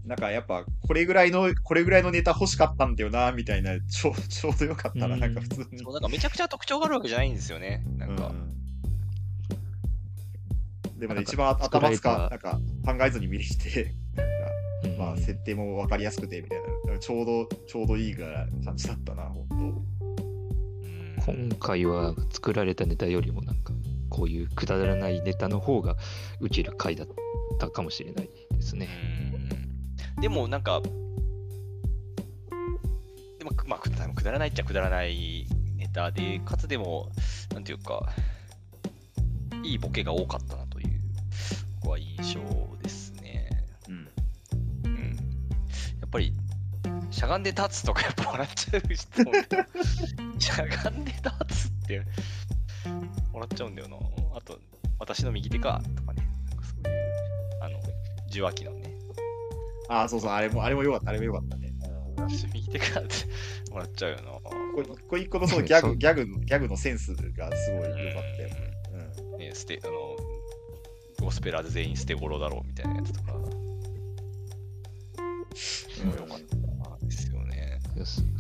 Speaker 2: なんかやっぱ、これぐらいの、これぐらいのネタ欲しかったんだよな、みたいな、ちょちょうどよかったな、
Speaker 3: うん
Speaker 2: なんか普通に
Speaker 1: そう。なんかめちゃくちゃ特徴があるわけじゃないんですよねなんか、
Speaker 2: うんでも
Speaker 3: な
Speaker 2: ね、
Speaker 3: んか
Speaker 2: 一番
Speaker 3: 作ら
Speaker 2: 頭
Speaker 3: れ
Speaker 2: 使
Speaker 3: た
Speaker 2: か、なんか考えずに見に来て、
Speaker 3: うん
Speaker 2: まあ設定も分かりやすくてみたいな、だからちょうど、ちょうどいいぐらいな感じだったな、本
Speaker 1: うん
Speaker 3: 今回は作られたネタよりもなんかこういうくだらないネタの方がウケる回だったかもしれないですね。
Speaker 1: うんでもなんか、でも、まあ、くだくだらないっちゃくだらないネタで、かつでも、なんていうか、いいボケが多かったなという、僕は印象ですね。
Speaker 2: 当。うん。
Speaker 1: うん。やっぱり、しゃがんで立つとか、やっぱ笑っちゃう人もいる しゃがんで立つって、笑っちゃうんだよな。あと、私の右手か、とかね、なんかそういう、あの、受話器のね、
Speaker 2: ああ、そうそう、あれも、あれもよかった、あれもよかったね。
Speaker 1: 私右手からって もらっちゃうよな。
Speaker 2: これ一個一個のそのギャ
Speaker 3: そ
Speaker 2: グ、
Speaker 3: う
Speaker 2: ギャグの、ギャグのセンスがすごい良かったよ。
Speaker 1: ね、ステあのゴスペラーズ全員捨て頃だろうみたいなやつとか、
Speaker 2: うん。
Speaker 1: よかったですよね。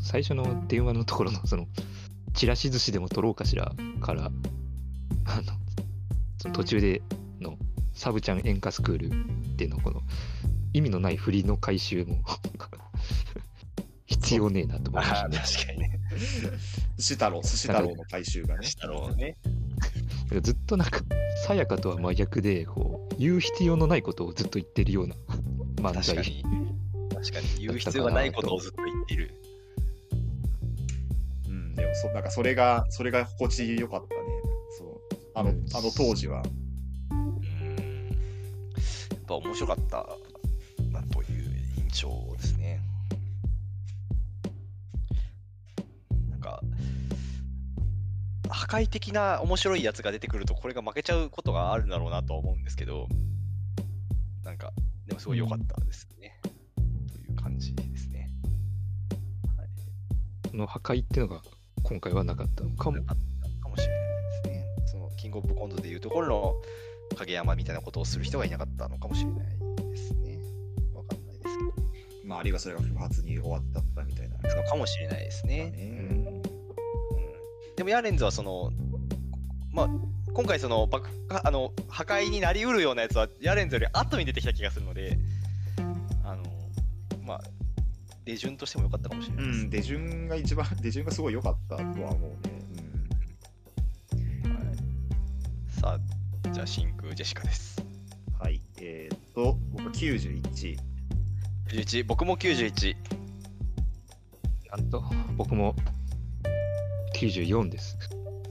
Speaker 3: 最初の電話のところのそのチラシ寿司でも取ろうかしらからあのその途中でのサブちゃん演歌スクールでのこの意味のない振りの回収も 必要ねえなと思いまし
Speaker 1: あ
Speaker 3: た
Speaker 1: あ、
Speaker 3: ね。
Speaker 1: 確かにね。
Speaker 2: 寿司太郎、寿司太郎の回収がね。
Speaker 1: したろうね。
Speaker 3: だからずっとなんかさやかとは真逆でこう言う必要のないことをずっと言ってるような漫
Speaker 1: 確か
Speaker 3: 才
Speaker 1: に。確かに言う必要がないことをずっと言っている。
Speaker 2: うん、でもそ、なんかそれが、それが心地よかったね。そう。あの、
Speaker 3: うん
Speaker 2: あの当時は。
Speaker 1: うん。やっぱ面白かったなという印象ですね。なんか、破壊的な面白いやつが出てくると、これが負けちゃうことがあるんだろうなとは思うんですけど、なんか、でもすごい良かったですね。という感じですね。はい、
Speaker 3: その破壊っていうのが今回はなかったのかも
Speaker 1: な。かったかもしれないですね。そのキングオブコントでいうところの影山みたいなことをする人がいなかったのかもしれないですね。わかんないですけど。
Speaker 2: まあ、あるいはそれが不発に終わったったみたいな。
Speaker 1: なのかもしれないですね。
Speaker 2: うん
Speaker 1: うんでもヤーレンズはその、まあ、今回その爆あの破壊になりうるようなやつはヤーレンズより後に出てきた気がするので、あのまあ、手順としても良かったかもしれ
Speaker 2: う
Speaker 1: ないです。
Speaker 2: ん、出順が一番、 出順がすごい良かったとは思うね。
Speaker 1: はい、さあ、じゃあ真空ジェシカです。
Speaker 2: うん、はい。えーっと、僕91。
Speaker 1: 91僕も91。
Speaker 3: なんと僕も94です。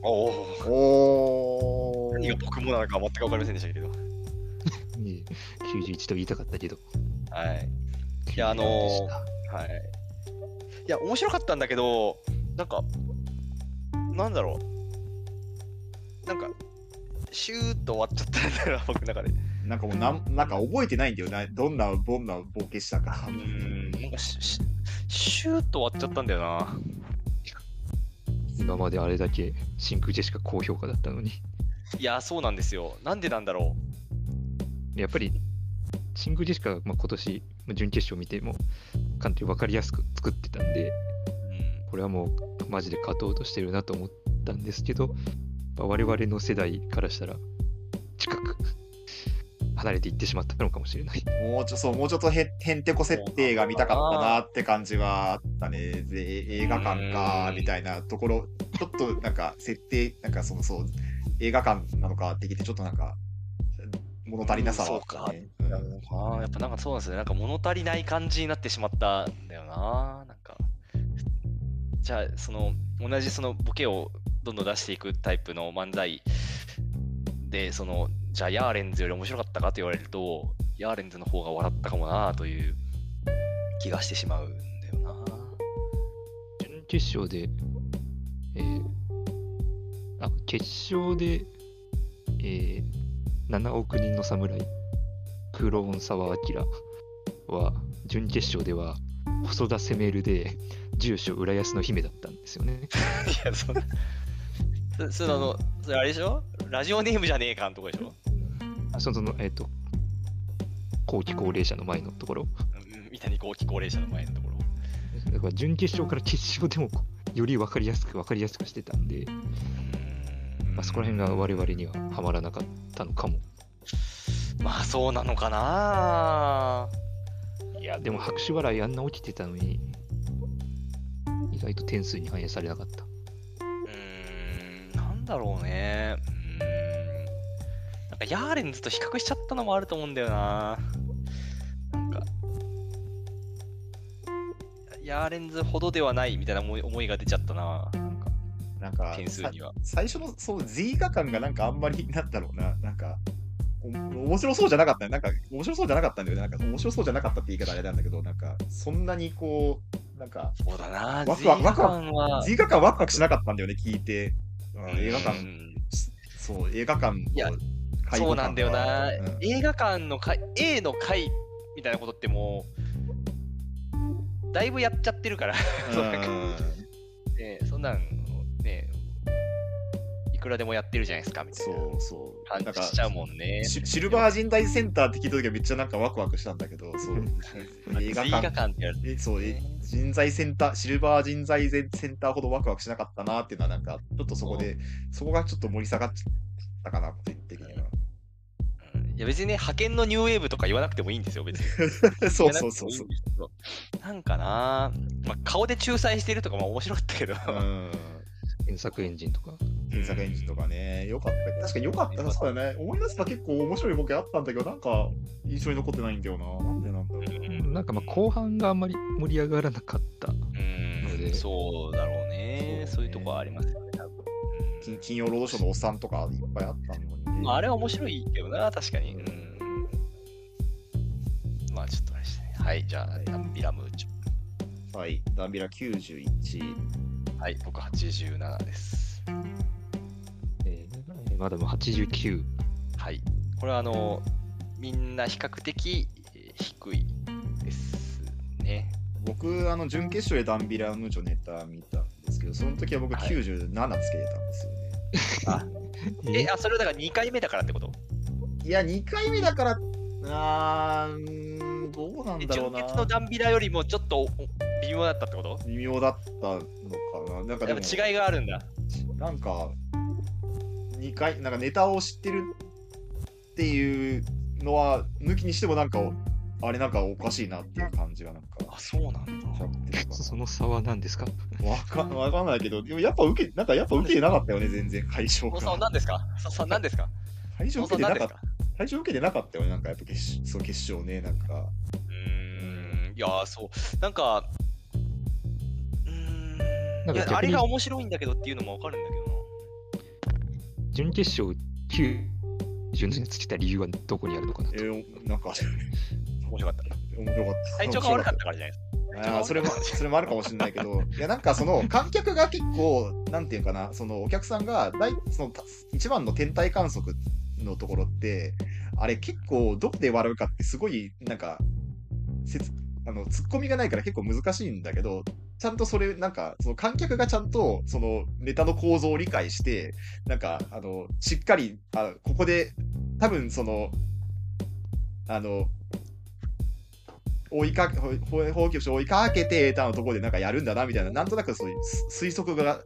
Speaker 1: おお。
Speaker 2: お
Speaker 1: 何が僕もなのか全く分かりませんでしたけど。
Speaker 3: いえ91と言いたかったけど。
Speaker 1: はい。いやあのー
Speaker 3: 94でした
Speaker 1: はい。いや、面白かったんだけど、なんか、なんだろう。なんか、シューッと終わっちゃったんだよな、 僕の中で。
Speaker 2: なんかもうなん、なんか覚えてないんだよな。どんな、どんなボケしたか。
Speaker 1: うん、なんかししシューッと終わっちゃったんだよな。
Speaker 3: 今まであれだけ真空ジェシカ高評価だったのに。
Speaker 1: いや、そうなんですよ。なんでなんだろ
Speaker 3: やっぱり真空ジェシカはまあ今年まあ準決勝見てもかなり分かりやすく作ってたんで、
Speaker 1: う。うん。
Speaker 3: これはもうマジで勝とうとしてるなと思ったんですけど、まあ我々の世代からしたら近く離れていってしまったのかもしれない。
Speaker 2: もうちょそうもうちょっとへへんてこ設定が見たかったなって感じはあったね。でえ映画館か
Speaker 1: うん
Speaker 2: みたいなところ、ちょっとなんか設定、なんかそのそう、映画館なのかってきて、ちょっとなんか物足りなさはあったね。うん
Speaker 1: ああ、やっぱなんかそうなんですね。なんか物足りない感じになってしまったんだよな。なんか、じゃあその同じそのボケをどんどん出していくタイプの漫才でそのじゃあヤーレンズより面白かったかと言われるとヤーレンズの方が笑ったかもなという気がしてしまうんだよな
Speaker 3: 準決勝で、えーあ、決勝で、えー7億人の侍、クローン沢明は、準決勝では、細田攻めるで、住所浦安の姫だったんですよね。
Speaker 1: いやそんなそ そのあのそれあれでしょラジオネームじゃねえかんとこでしょ
Speaker 3: あその、そのえっ、と、後期高齢者の前のところ。
Speaker 1: うん三谷後期高齢者の前のところ
Speaker 3: だから準決勝から決勝でも、こうより分かりやすく分かりやすくしてたんで、
Speaker 1: うん
Speaker 3: まあ、そこら辺が我々にはハマらなかったのかも。
Speaker 1: まあそうなのかない
Speaker 3: や、でも拍手笑いあんな起きてたのに、意外と点数に反映されなかった。
Speaker 1: うーんなんだろうね。うーん。なんかヤーレンズと比較しちゃったのもあると思うんだよな。なんか、ヤーレンズほどではないみたいな思い思いが出ちゃったな。なんか
Speaker 2: なんか、
Speaker 1: 点数には。
Speaker 2: 最初のその Z 画感がなんかあんまりなんだろうな、なんか、お面白そうじゃなかったね、なんか面白そうじゃなかったんだよね、なんか面白そうじゃなかったって言い方あれなんだけど、なんかそんなにこう、なんか
Speaker 1: そうだな。
Speaker 2: ワクワクワクワク
Speaker 1: クは。
Speaker 2: Z 画感ワクワクしなかったんだよね、聞いて。うん映画
Speaker 1: う
Speaker 2: 館、
Speaker 1: ん
Speaker 2: そう、映画館の
Speaker 1: いや
Speaker 2: 介
Speaker 1: そ
Speaker 2: 護
Speaker 1: うなんだよな、
Speaker 2: 感がうん
Speaker 1: 映画館の回 A の回みたいなことってもうだいぶやっちゃってるから そうなんか
Speaker 2: うん
Speaker 1: ねそんなんねいくらでもやってるじゃないですかみたい
Speaker 2: そうそう。
Speaker 1: な
Speaker 2: な
Speaker 1: 感
Speaker 2: んか
Speaker 1: じしちゃうもんね
Speaker 2: シシルバー人材センターって聞いた時はめっちゃなんかワクワクしたんだけど、そう。映画
Speaker 1: 映画
Speaker 2: 館
Speaker 1: 館ってやる
Speaker 2: えそう、え
Speaker 1: ね
Speaker 2: 人材センター、シルバー人材センターほどワクワクしなかったなっていうのは、なんか、ちょっとそこで、そこがちょっと盛り下がっちゃったかな、個人的には。
Speaker 1: うんいや別にね派遣のニューウェーブとか言わなくてもいいんですよ別に
Speaker 2: そうそうそ
Speaker 1: 言わなくてもいい
Speaker 2: うそう。
Speaker 1: んですけどなんかな、まあ、顔で仲裁してるとかも面白かったけど、
Speaker 2: うん。
Speaker 3: 原作エンジンとか。
Speaker 2: 検索エンジンとかね、よかったけど。確かによかった。そうだね。思い出した結構面白いボケあったんだけど、なんか、印象に残ってないんだよな。なんでなんだろう。
Speaker 1: うん
Speaker 3: なんかまあ後半があんまり盛り上がらなかった。の
Speaker 1: う
Speaker 3: で
Speaker 1: ん、そうだろうね。
Speaker 2: そ
Speaker 1: そうういう
Speaker 2: ね
Speaker 1: とこはありますよね、多分。
Speaker 2: 金金曜ロードショーのおっさんとかいっぱいあったのに、ね。
Speaker 1: まあ、あれは面白いけどな、確かに。
Speaker 2: う
Speaker 1: うんん、まあ、ちょっとあれですね。はい、じゃあ、ダンビラムーチ
Speaker 2: はい。ダンビラ91。
Speaker 1: ョ。はい、僕87です。
Speaker 3: えーまだもう89。
Speaker 1: はい。これは、あの、みんな比較的えー低いですね。
Speaker 2: 僕、あの、準決勝でダンビラムーチョネタ見たんですけど、その時は僕
Speaker 1: はい
Speaker 2: 97つけてたんですよね。
Speaker 1: え、あ、それをだから2回目だからってこと
Speaker 2: い、や、2回目だから、あーうーん、どうなん
Speaker 1: え
Speaker 2: だろう
Speaker 1: 純潔の
Speaker 2: な。
Speaker 1: ダンビラよりもちょっとお微妙だったってこと
Speaker 2: 微妙だったのかな。なんかで
Speaker 1: や
Speaker 2: も
Speaker 1: っ、ぱ違いがあるんだ。
Speaker 2: なんか、2回、なんかネタを知ってるっていうのは、抜きにしてもなんか、あれなんかおかしいなっていう感じがなんか、
Speaker 1: あ、そうなんだ
Speaker 2: しちゃってるかな
Speaker 3: その差は何ですか
Speaker 2: わかわかんないけど、でもやっぱ受け、なんかやっぱ受けてなかったよね、全然、会場
Speaker 1: おさん
Speaker 2: が。
Speaker 1: 何ですかおさん何ですか
Speaker 2: 会場
Speaker 1: お
Speaker 2: 受
Speaker 1: さ
Speaker 2: け
Speaker 1: ん
Speaker 2: て
Speaker 1: 何
Speaker 2: な
Speaker 1: で
Speaker 2: か
Speaker 1: すか
Speaker 2: った。会場受けてなかったよね、なんかやっぱ決勝そう決勝ね、なんか。
Speaker 1: うーんいやーそうなんかうー
Speaker 3: なんん
Speaker 1: い
Speaker 3: か逆に
Speaker 1: やあれが面白いんだけどっていうのもわかるんだけど
Speaker 3: 準決勝90につけた理由はどこにあるのかな
Speaker 2: えー、なんか、
Speaker 1: な面白かっ
Speaker 2: 面白かったた。
Speaker 1: 体調が悪かったからじゃないです
Speaker 2: あーそれも、それもあるかもしれないけど、いや、なんかその、観客が結構、なんていうかな、その、お客さんが、大その、た一番の天体観測のところって、あれ結構、どこで笑うかって、すごい、なんか、せつあの、ツッコミがないから結構難しいんだけど、ちゃんとそれ、なんか、その観客がちゃんと、その、ネタの構造を理解して、なんか、あの、しっかり、あここで、多分、その、あの、追いかけ、放棄をして追いかけて、たのところでなんかやるんだな、みたいな、なんとなくそういう推測が、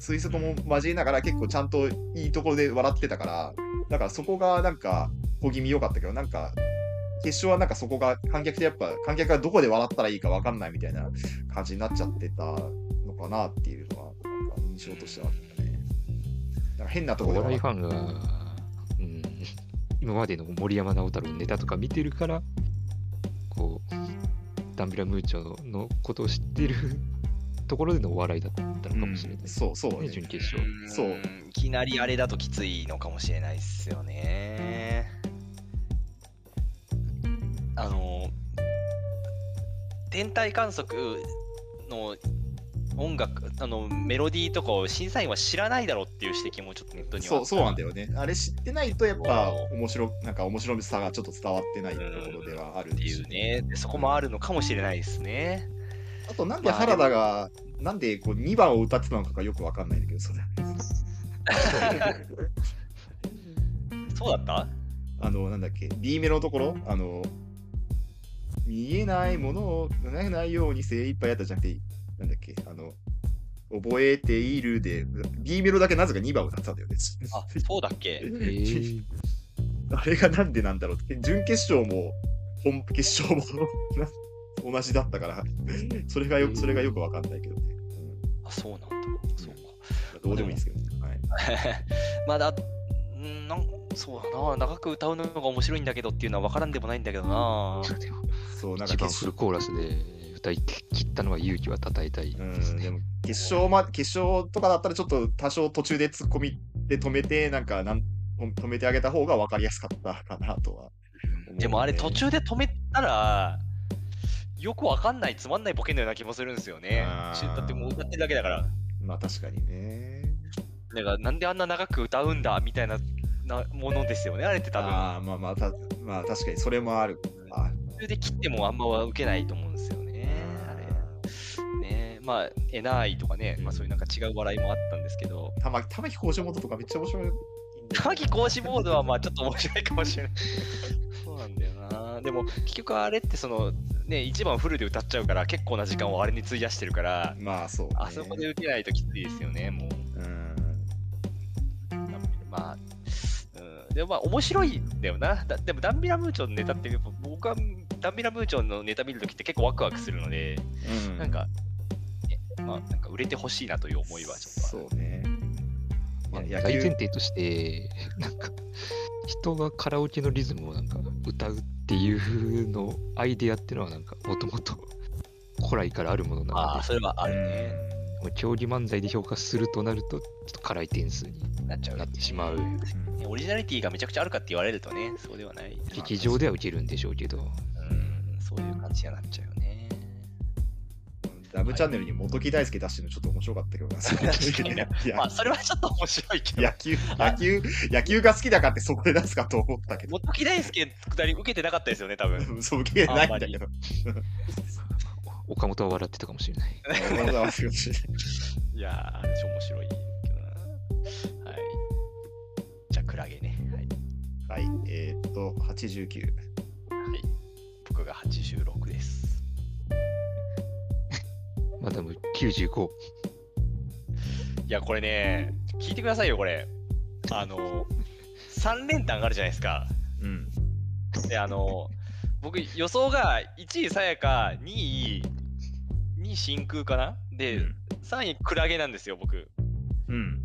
Speaker 2: 推測も交えながら結構ちゃんといいところで笑ってたから、だからそこがなんか、小気味良かったけど、なんか、決勝はなんかそこが観客でやっぱ、観客がどこで笑ったらいいか分かんないみたいな感じになっちゃってたのかなっていうのは、なんか印象としてはあったね。なんか変なとこ
Speaker 3: お
Speaker 2: ろで
Speaker 3: 笑い
Speaker 2: 笑っ
Speaker 3: ファンが、うん、今までの森山直太朗のネタとか見てるからこうダンビラムーチョのことを知ってるところでのお笑いだったのかもしれない、
Speaker 2: そうそう
Speaker 3: ね、
Speaker 2: ね。
Speaker 3: 準決勝。
Speaker 2: そうん
Speaker 1: いきなりあれだときついのかもしれないですよね。あの天体観測の音楽あのメロディーとかを審査員は知らないだろうっていう指摘もちょっとネットには
Speaker 2: そうそうなんだ
Speaker 1: よ。
Speaker 2: よね。あれ知ってないとやっぱ面白なんか面白さがちょっと伝わってないところではある
Speaker 1: って
Speaker 2: し
Speaker 1: いうねでそこもあるのかもしれないですね。
Speaker 2: あとなんで原田がなんでこう2番を歌ってたのかがよくわかんないんだけどそれ。
Speaker 1: そうだった
Speaker 2: あの、なんだっけ、B メロのところ、あの、見えないものを見えないように精一杯やったじゃなくて、なんだっけ、あの、覚えているで、B メロだけなぜか2番を歌ってたんだよね。
Speaker 1: あそうだっけ
Speaker 3: えー、
Speaker 2: あれがなんでなんだろうって、準決勝も、本決勝も な同じだったから、それがよそれがよくわかんないけどね。うん
Speaker 1: あそうなんだ。そうか。
Speaker 2: どうでもいいですけどね。はい、
Speaker 1: まあだんなんそうだな長く歌うのが面白いんだけどっていうのは分からんでもないんだけどな
Speaker 3: でも
Speaker 2: そう、なんか
Speaker 3: 一
Speaker 2: 決
Speaker 3: 番フ
Speaker 2: 勝
Speaker 3: ルコーラスで歌い切ったのは勇気はたたえたいです
Speaker 2: うんで
Speaker 3: ね。
Speaker 2: も決勝ま決勝とかだったらちょっと多少途中で突っ込みで止めてなんかなん止めてあげた方が分かりやすかったかなとは思うね
Speaker 1: でもあれ途中で止めたらよく分かんないつまんないボケのような気もするんですよね
Speaker 2: あー
Speaker 1: だってもう歌ってるだけだから
Speaker 2: まあ確かにね
Speaker 1: だからなんであんな長く歌うんだみたいななものですよねあれって多分
Speaker 2: ああまあまあたまあ確かにそれもあるあ
Speaker 1: 途中で切ってもあんまは受けないと思うんですよねあれねまあえないとかね、まあ、そういうなんか違う笑いもあったんですけど
Speaker 2: 玉木玉木工場元とかめっちゃ面白い
Speaker 1: 玉木講師ボードはまあちょっと面白いかもしれない。そうなんだよな。でも結局あれってそのね一番フルで歌っちゃうから結構な時間をあれに費やしてるから、
Speaker 2: まあそう、ね、
Speaker 1: あそこで受けないときついですよねもう。
Speaker 2: うん
Speaker 1: まあ。うん、でもまあ面白いんだよなだでもダンビラムーチョンのネタってやっぱ僕はダンビラムーチョンのネタ見るときって結構ワクワクするので、
Speaker 2: うん
Speaker 1: なんか、ねまあ、なんか売れてほしいなという思いはちょっとある
Speaker 2: そうねまあ野
Speaker 3: 大前
Speaker 2: 球
Speaker 3: 提として、なんか、人がカラオケのリズムをなんか歌うっていうのアイデアっていうのはなんかもともと古来からあるものなの
Speaker 1: ああそれはあ
Speaker 2: う
Speaker 1: るね、
Speaker 2: ん
Speaker 3: で、競技漫才で評価するとなると、ちょっと辛い点数に
Speaker 1: なっちゃう
Speaker 3: なってしまう。
Speaker 1: ねオリジナリティがめちゃくちゃあるかって言われるとね、そうではない。
Speaker 3: 劇場では受けるんでしょうけど、
Speaker 1: うん、そういう感じにはなっちゃうよね。
Speaker 2: ラブチャンネルに元木大輔出してるのちょっと面白かったけど な。
Speaker 1: 確かにね
Speaker 2: いや
Speaker 1: まあ、それはちょっと面白いけど
Speaker 2: 野。球、野球、野球が好きだからってそこで出すかと思ったけど。
Speaker 1: 元木大輔のくだり受けてなかったですよね、多分。
Speaker 2: そう受けないんだけど。
Speaker 3: 岡本は笑ってたかもしれない。
Speaker 2: わ ざわざ言うし
Speaker 1: いやー、ちょ面白いけどな。はい。じゃあ、クラゲね。はい。
Speaker 2: はい、えーっと、89。
Speaker 1: はい、僕が86です。
Speaker 3: マダム95。
Speaker 1: いや、これね、聞いてくださいよ、これ。あの、3連単があるじゃないですか。
Speaker 2: うん。
Speaker 1: であの僕予想が1位さやか2位2位真空かなで、3位クラゲなんですよ僕
Speaker 2: うん。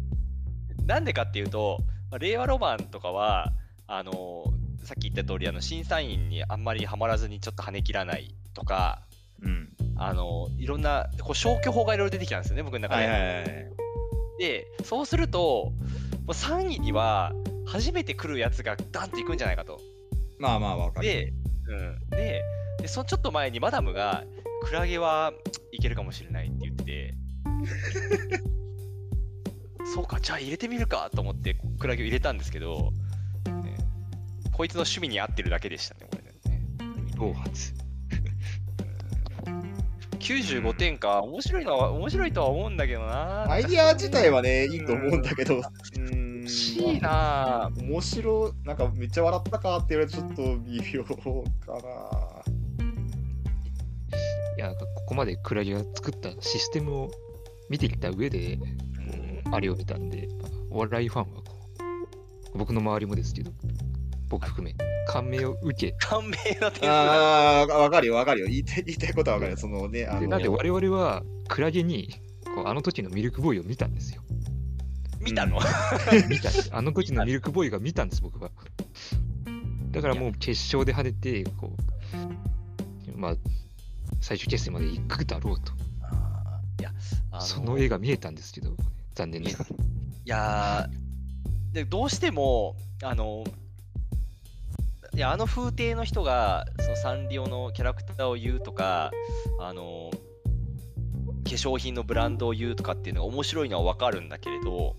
Speaker 1: なんでかっていうとまあ令和ロマンとかはあのさっき言った通りあの審査員にあんまりはまらずにちょっと跳ね切らないとか
Speaker 2: うん。
Speaker 1: あのいろんなこう消去法がいろいろ出てきたんですよね僕の中
Speaker 2: は
Speaker 1: で、
Speaker 2: いはいはい。
Speaker 1: でそうするともう3位には初めて来るやつがダンっていくんじゃないかと
Speaker 2: まあまあわかる。
Speaker 1: で、うん、ででそのちょっと前にマダムが「クラゲはいけるかもしれない」って言ってて そうかじゃあ入れてみるかと思ってクラゲを入れたんですけど、ねこいつの趣味に合ってるだけでしたねこれね
Speaker 3: 同発。
Speaker 1: 95点か面白いのは面白いとは思うんだけどな
Speaker 2: アイディア自体はね、いいと思うんだけど、うん
Speaker 1: 欲しいな
Speaker 2: 面白い、なんかめっちゃ笑ったかって言われるとちょっと微妙か
Speaker 3: いや、なんかここまでクラゲが作ったシステムを見てきた上で、
Speaker 1: うん
Speaker 3: あれを見たんで、まあお笑いファンはこう、僕の周りもですけど、僕含め、感銘を受け、
Speaker 1: 感銘の点数
Speaker 2: な。
Speaker 1: だ
Speaker 2: ああ、わかるよわかるよ。言いたい言いたいことはわかるよ。そのね、あ
Speaker 3: でなんで
Speaker 2: の、
Speaker 3: 我々はクラゲに、こうあの時のミルクボーイを見たんですよ。
Speaker 1: 見たの、
Speaker 3: 見たん ですあの時のミルクボーイが見たんです、僕は。だからもう決勝で跳ねて、こう、まあ、最終決戦まで行くだろうと。
Speaker 1: いやの
Speaker 3: その絵が見えたんですけど、残念ながら。
Speaker 1: いやーでどうしてもあのいやあの風景の人がそのサンリオのキャラクターを言うとかあの化粧品のブランドを言うとかっていうのが面白いのは分かるんだけれど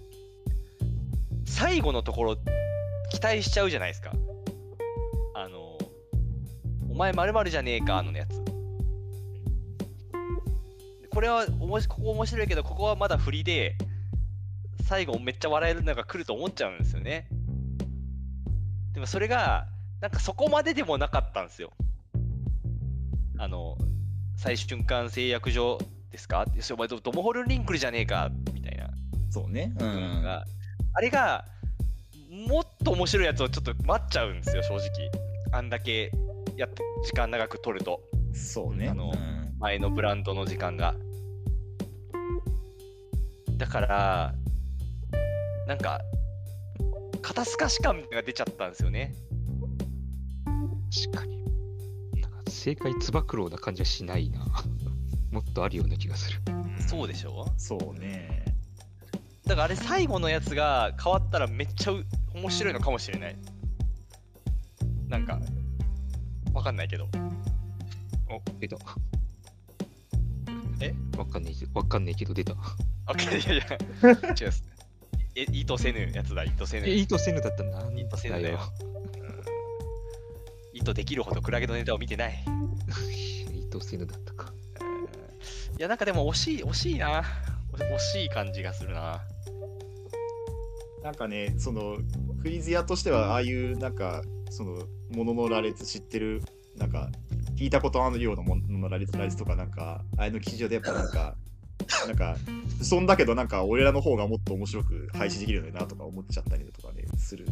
Speaker 1: 最後のところ期待しちゃうじゃないですかあの「お前まるじゃねえか」のやつこれはおもしここ面白いけどここはまだ振りで最後めっちゃ笑えるのが来ると思っちゃうんですよねでもそれがなんかそこまででもなかったんですよあの最終瞬間製薬所ですかよしお前ドドモホルンリンクルじゃねえかみたいな
Speaker 2: そうね。う
Speaker 1: の
Speaker 2: ん。
Speaker 1: があれがもっと面白いやつをちょっと待っちゃうんですよ正直あんだけやって時間長く取ると
Speaker 2: そうね。
Speaker 1: あの
Speaker 2: うん
Speaker 1: 前のブランドの時間がだからなんか肩透かし感が出ちゃったんですよね
Speaker 3: 確かに。なんか正解、つば九郎な感じはしない な。もっとあるような気がする。
Speaker 1: そうでしょ
Speaker 2: そうね。
Speaker 1: だからあれ最後のやつが変わったらめっちゃう面白いのかもしれないなんかわかんないけど
Speaker 3: お、出た。
Speaker 1: え
Speaker 3: わかんないけど、わかんないけど出た。
Speaker 1: あいやいやいや違いますえ意図せぬやつだ意図せぬ
Speaker 3: え、意図せぬだったな。なん
Speaker 1: 意図せぬ
Speaker 3: だ
Speaker 1: だよ
Speaker 3: よ。
Speaker 1: 意図できるほどクラゲのネタを見てない
Speaker 3: 意図せぬだったか。
Speaker 1: いや、なんかでも惜しい、惜しいな。惜しい感じがするな。
Speaker 2: なんかね、その、クイズ屋としては、ああいう、なんか、その、ものの羅列知ってる、なんか、聞いたことあるようなものの羅列羅列とか、なんか、ああいうの記事上でやっぱなんか、なんか、そんだけど、なんか、俺らの方がもっと面白く配信できるのになとか思っちゃったりとかね、する。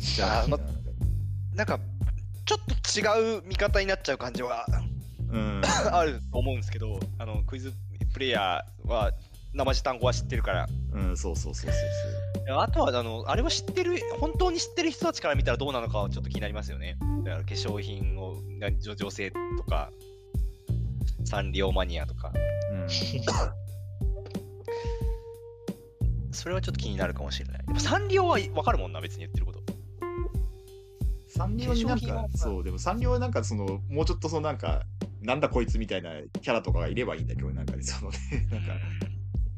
Speaker 2: ししちゃうしな
Speaker 1: あーなんか、ちょっと違う見方になっちゃう感じは
Speaker 2: うん。
Speaker 1: あると思うんですけど、あの、クイズプレイヤーは、生地単語は知ってるから。
Speaker 2: うん、そうそうそうそうそ
Speaker 1: いやあとは、あの、あれを知ってる、本当に知ってる人たちから見たらどうなのかはちょっと気になりますよね。だから、化粧品を、な女女性とか、サンリオマニアとか、
Speaker 2: う。うん。
Speaker 1: それはちょっと気になるかもしれない。でもサンリオはわかるもんな、別に言ってること。
Speaker 2: サンリオになん
Speaker 1: 化粧品
Speaker 2: か
Speaker 1: は、
Speaker 2: そう、でもサンリオはなんかその、もうちょっとそのなんか、なんだこいつみたいなキャラとかがいればいいんだけど、なんかね、そのね、なんか、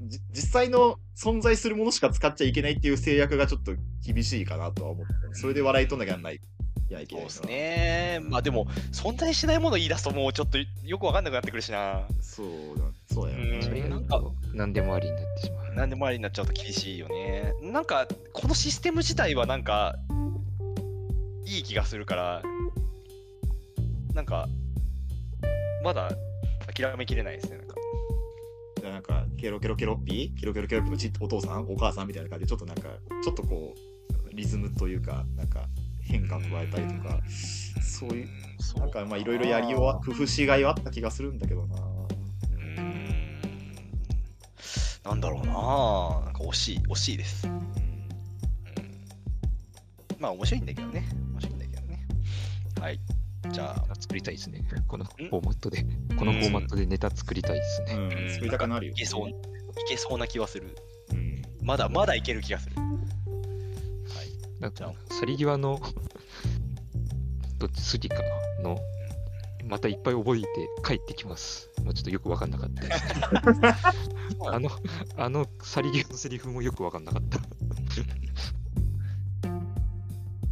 Speaker 2: じ実際の存在するものしか使っちゃいけないっていう制約がちょっと厳しいかなとは思って、それで笑いとんなきゃなんない、いやいけ
Speaker 1: そうで
Speaker 2: ないな
Speaker 1: す。ね。まあでも、存在しないもの言い出すともうちょっとよくわかんなくなってくるしな。
Speaker 2: そうだ、そうだよ
Speaker 1: うん
Speaker 3: そ
Speaker 2: ね。
Speaker 3: れがなん
Speaker 1: な
Speaker 3: か、何でもありになってしまう。
Speaker 1: なんでもありになっちゃうと厳しいよね。なんか、このシステム自体はなんか、いい気がするから、なんか、まだ諦めきれないですね。なんか
Speaker 2: じゃあなんか、ケロケロケロッピーケロケロケロッピーのちお父さんお母さんみたいな感じで、ちょっとなんか、ちょっとこう、リズムというか、なんか、変化加えたりとか、そういう、
Speaker 1: そう
Speaker 2: なんかまあいろいろやりようは工夫しがいはあった気がするんだけどな。
Speaker 1: うーんなんだろうな。なんか惜しい、惜しいです。うんまあ面白いんだけどね。面白いんだけどね。はい。じゃあ、
Speaker 3: 作りたいですね。 このフォーマットで。このフォーマットでネタ作りたいです
Speaker 2: う
Speaker 3: ね。
Speaker 2: ん、
Speaker 1: うん
Speaker 2: 作りたくなるよ
Speaker 1: い。けそう、いけそうな気はする。
Speaker 2: うん。
Speaker 1: まだまだいける気がする。
Speaker 3: なんか、去り際の、どっち筋かなの、またいっぱい覚えて帰ってきます。まあ、ちょっとよくわかんなかったです。あの、あの去り際のセリフもよくわかんなかった。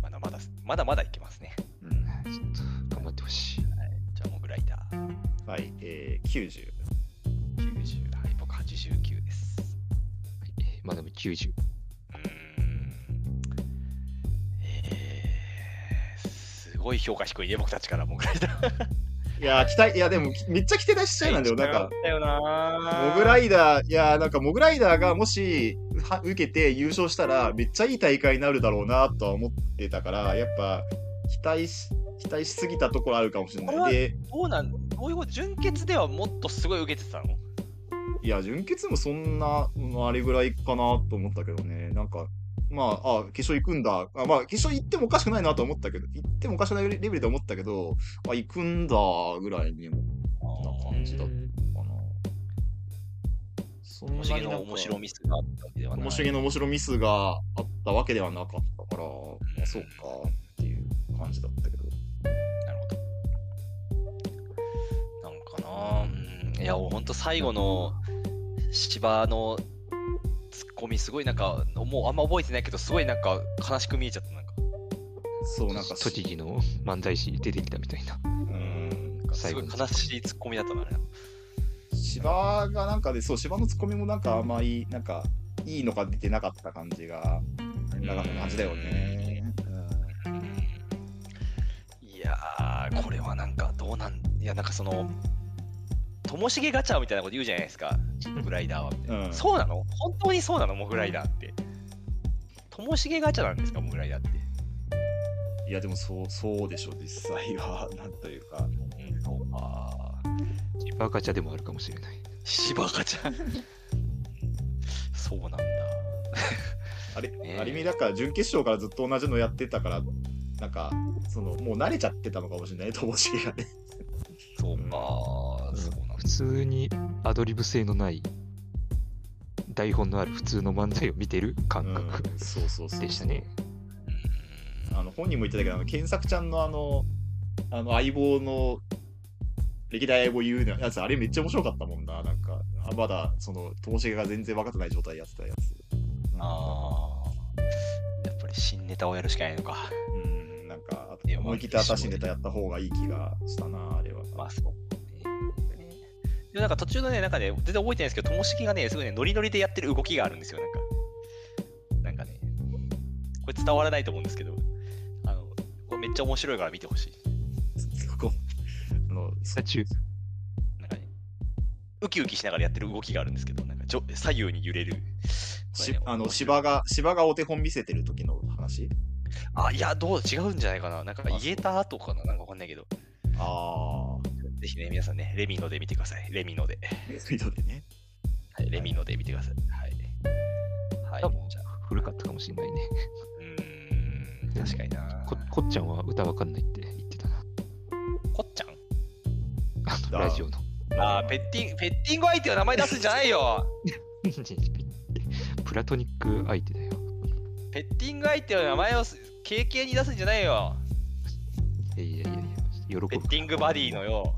Speaker 1: まだまだ、まだまだいけますね。
Speaker 2: うん
Speaker 3: ちょっと頑張ってほしい。
Speaker 1: じゃあもうグライダー
Speaker 2: はい、えー、90。
Speaker 1: 90、はい、僕89です。
Speaker 3: はいえーマダム90。
Speaker 1: うーん。えー、すごい評価低いね、僕たちからもうグライダー。
Speaker 2: いやー、期待、いや、でも、めっちゃ期待しちゃいなんだよ。なんか、
Speaker 1: だよな
Speaker 2: モグラ
Speaker 1: イ
Speaker 2: イダー、いやー、なんか、モグライダーがもし、は受けて優勝したら、めっちゃいい大会になるだろうなとは思ってたから、やっぱ、期待し、期待しすぎたところあるかもしれな
Speaker 1: こ
Speaker 2: い。
Speaker 1: れ
Speaker 2: で、
Speaker 1: どうなん、どういうこと純潔ではもっとすごい受けてたの
Speaker 2: いや、純潔もそんな、うんあれぐらいかなと思ったけどね。なんか、まあ、あ、決勝行くんだ。あまあ、決勝行ってもおかしくないなと思ったけど、行ってもおかしくないレベルで思ったけど、あ、行くんだ、ぐらいに思った感じだったかな。そそんな
Speaker 1: 面
Speaker 2: にな
Speaker 1: 白
Speaker 2: ん
Speaker 1: げ
Speaker 2: か
Speaker 1: の面白ミスがあったわけではない。
Speaker 2: 面白げの面白ミスがあったわけではなかったから、あそうかっていう感じだったけど。
Speaker 1: なるほど。なんかなうん、いや、本当最後の芝のツッコミ、すごいなんか、もうあんま覚えてないけど、すごいなんか悲しく見えちゃった。なんか、
Speaker 2: そう、なんか、
Speaker 3: 栃木の漫才師出てきたみたいな。
Speaker 2: うん。
Speaker 1: なんかすごい悲しいツッコミだったな、あれ。
Speaker 2: 芝がなんかで、そう、芝のツッコミもなんかあまり、なんか、いいのが出てなかった感じが、なかった感じだよね。うん
Speaker 1: いやー、これはなんかどうなん、いや、なんかその、ともしげガチャみたいなこと言うじゃないですか、ジップライダーはみたいな。
Speaker 2: うん
Speaker 1: そうなの本当にそうなのモグライダーって。ともしげガチャなんですか、モグライダーって。
Speaker 2: いや、でもそう、そうでしょ、実際は。 なんというか。
Speaker 1: うん、あ
Speaker 3: バカチャでもあるかもしれない。
Speaker 1: 芝ガチャ。 そうなんだ。
Speaker 2: あれ、
Speaker 1: ねえ
Speaker 2: アリミだから準決勝からずっと同じのやってたから、なんか、その、もう慣れちゃってたのかもしれない、ともしげがね。
Speaker 1: そうか、そうなんだ。
Speaker 3: 普通にアドリブ性のない台本のある普通の漫才を見てる
Speaker 2: う
Speaker 3: 感覚
Speaker 2: ん、そうそうそう。
Speaker 3: でしたね。
Speaker 2: あの、本人も言ってたけど、あの、検索ちゃんのあの、あの、相棒の、歴代相棒言うやつ、あれめっちゃ面白かったもんな、なんか。あまだ、その、ともしげが全然分かってない状態でやってたやつ。
Speaker 1: あーやっぱり新ネタをやるしかないのか。
Speaker 2: うん、なんか、
Speaker 1: いや
Speaker 2: 思い切って
Speaker 1: まあ
Speaker 2: 新しいネタやった方がいい気がしたな、あ れは。
Speaker 1: まあそうね。でもなんか途中のね、なんかね、全然覚えてないんですけど、ともしきがね、すごいね、ノリノリでやってる動きがあるんですよ、なんか。なんかね、これ伝わらないと思うんですけど、あの、これめっちゃ面白いから見てほしい。
Speaker 2: ここあの、
Speaker 3: 途中
Speaker 1: なんかね、ウキウキしながらやってる動きがあるんですけど、なんかじょ左右に揺れる。これ
Speaker 2: し
Speaker 1: ね
Speaker 2: あの芝が芝がお手本見せてる時の話
Speaker 1: あ、いや、どう、違うんじゃないかな。なんか
Speaker 2: そう
Speaker 1: 言えた後かな、なんかわかんないけど。
Speaker 2: ああ
Speaker 1: ぜひね、皆さんね、レミノで見てください。レミノで。
Speaker 2: スピードでね
Speaker 1: はい、レミノで見てください。はい。
Speaker 3: 多
Speaker 1: はい
Speaker 3: 分。
Speaker 1: じゃあ
Speaker 3: 古かったかもしれないね。
Speaker 1: うーん、確かにな。
Speaker 3: ここっちゃんは歌わかんないって言ってたな。
Speaker 1: こっちゃん
Speaker 3: あの
Speaker 2: あ
Speaker 3: ラジオの。
Speaker 1: ああ、ペッティング、ペッティング相手を名前出すんじゃないよ。
Speaker 3: プラトニック相手だよ。
Speaker 1: ペッティング相手の名前をす軽々に出すんじゃないよ。
Speaker 3: いやいやいやいや、喜ぶ。
Speaker 1: ペッティングバディのよ。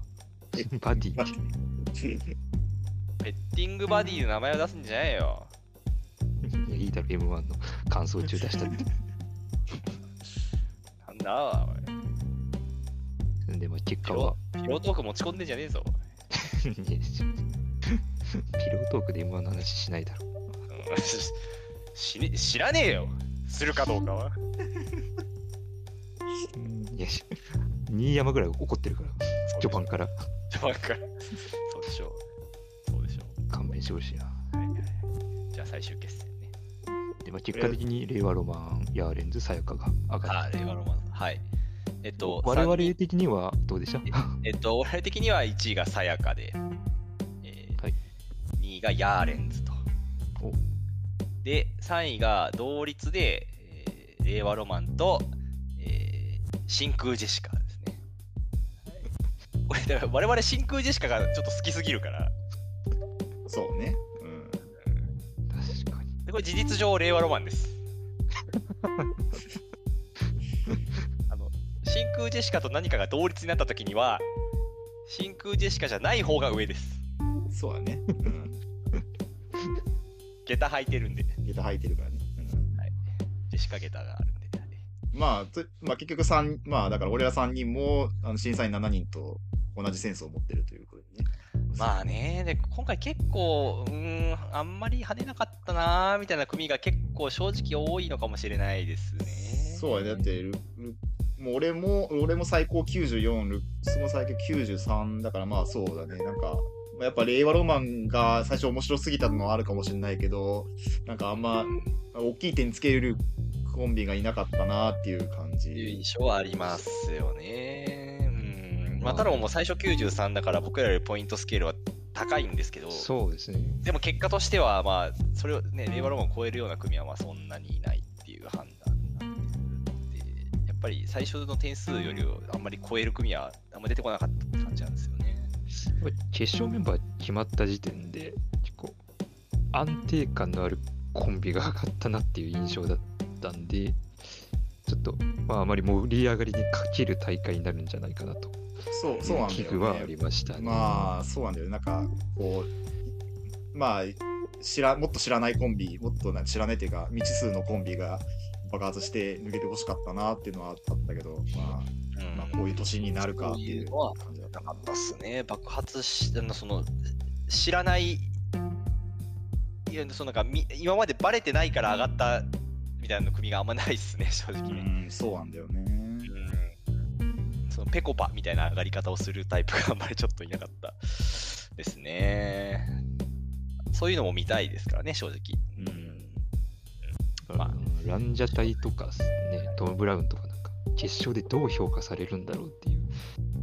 Speaker 3: バディ。
Speaker 1: ペッティングバディの名前を出すんじゃないよ。
Speaker 3: いや、いいだろ、M1 の感想中出したって。
Speaker 1: なんだ
Speaker 3: でも結
Speaker 1: ピ
Speaker 3: 果は
Speaker 1: ロ、ピロートーク持ち込んでんじゃねえぞ。
Speaker 3: いやちょっとピロートークで M1 の話しないだろ。
Speaker 1: うんししね知らねえよ。するかどうかは。
Speaker 3: いや、し新山ぐらい怒ってるから、序盤から
Speaker 1: 序盤から。そうでしょう。そうでしょ
Speaker 3: 勘弁してほしいな。
Speaker 1: う。はいはい。じゃあ最終決戦ね。
Speaker 3: で、まあ、結果的に令和ロマン、ヤーレンズ、さやかが上が
Speaker 1: ああ、
Speaker 3: っ
Speaker 1: 令和ロマン。はい。えっと、
Speaker 3: た。我
Speaker 1: 三人
Speaker 3: 々的にはどうでした
Speaker 1: えっと、我々的には1位がさやかで、えー
Speaker 3: はい
Speaker 1: 2位がヤーレンズと
Speaker 3: お。
Speaker 1: で、3位が同率で、えー令和ロマンと、えー真空ジェシカですね。これだから我々真空ジェシカがちょっと好きすぎるから、
Speaker 2: そうね、うん、
Speaker 3: 確かに。
Speaker 1: でこれ事実上令和ロマン です。あの真空ジェシカと何かが同率になった時には、真空ジェシカじゃない方が上です。
Speaker 2: そうだね、うん、
Speaker 1: 下駄履いてるんで。
Speaker 2: 下駄履いてるからね、
Speaker 1: ジェシカゲタがあるんで。
Speaker 2: うん、まあとまあ結局三まあだから俺ら3人もあの審査員7人と同じセンスを持ってるということでね
Speaker 1: まあね、で今回結構、うーん、あんまり跳ねなかったなーみたいな組が結構正直多いのかもしれないですね。
Speaker 2: そうだねだってルルもう俺も俺も最高94ルックスも最高93だからまあそうだねなんかまあやっぱ令和ロマンが最初面白すぎたのはあるかもしれないけどなんかあんま大きい点つけるコンビがいなかったなっていう
Speaker 1: っ
Speaker 2: 感
Speaker 1: ていう
Speaker 2: じ。
Speaker 1: 印象はありますよね。うん。まあ、太郎も最初93だから僕らよりポイントスケールは高いんですけど、
Speaker 3: そうですね。
Speaker 1: でも結果としては、まあ、それをね、令和ロマンを超えるような組はまあそんなにいないっていう判断なんです。で、やっぱり最初の点数よりあんまり超える組はあんま出てこなかったって感じなんですよね。
Speaker 3: 決勝メンバー決まった時点で、結構、安定感のあるコンビが上がったなっていう印象だったんで、ちょっと、まあ、あまり盛り上がりにかける大会になるんじゃないかなという
Speaker 2: そう、そうなんだよ、ね。
Speaker 3: 危惧はありましたね。
Speaker 2: まあそうなんだよねなんかこうまあ知らもっと知らないコンビもっとな知らないっていうか未知数のコンビが爆発して抜けてほしかったなっていうのはあったけど、ま
Speaker 1: う
Speaker 2: あ、
Speaker 1: ん
Speaker 2: まあこういう年になるかってい
Speaker 1: そうい
Speaker 2: う
Speaker 1: うのは
Speaker 2: 感じだった
Speaker 1: なかったっすね。爆発したの、その、知らない、いやそのなんかみ今までバレてないから上がったみたいな組があんまないっすね、正直
Speaker 2: う
Speaker 1: ね。
Speaker 2: んそうなんだよね
Speaker 1: うんそのペコパみたいな上がり方をするタイプがあんまりちょっといなかったですね。そういうのも見たいですからね、正直。
Speaker 2: うん
Speaker 1: まあ
Speaker 3: うんランジャタイとかっすね、トム・ブラウンとかなんか、決勝でどう評価されるんだろうっていう、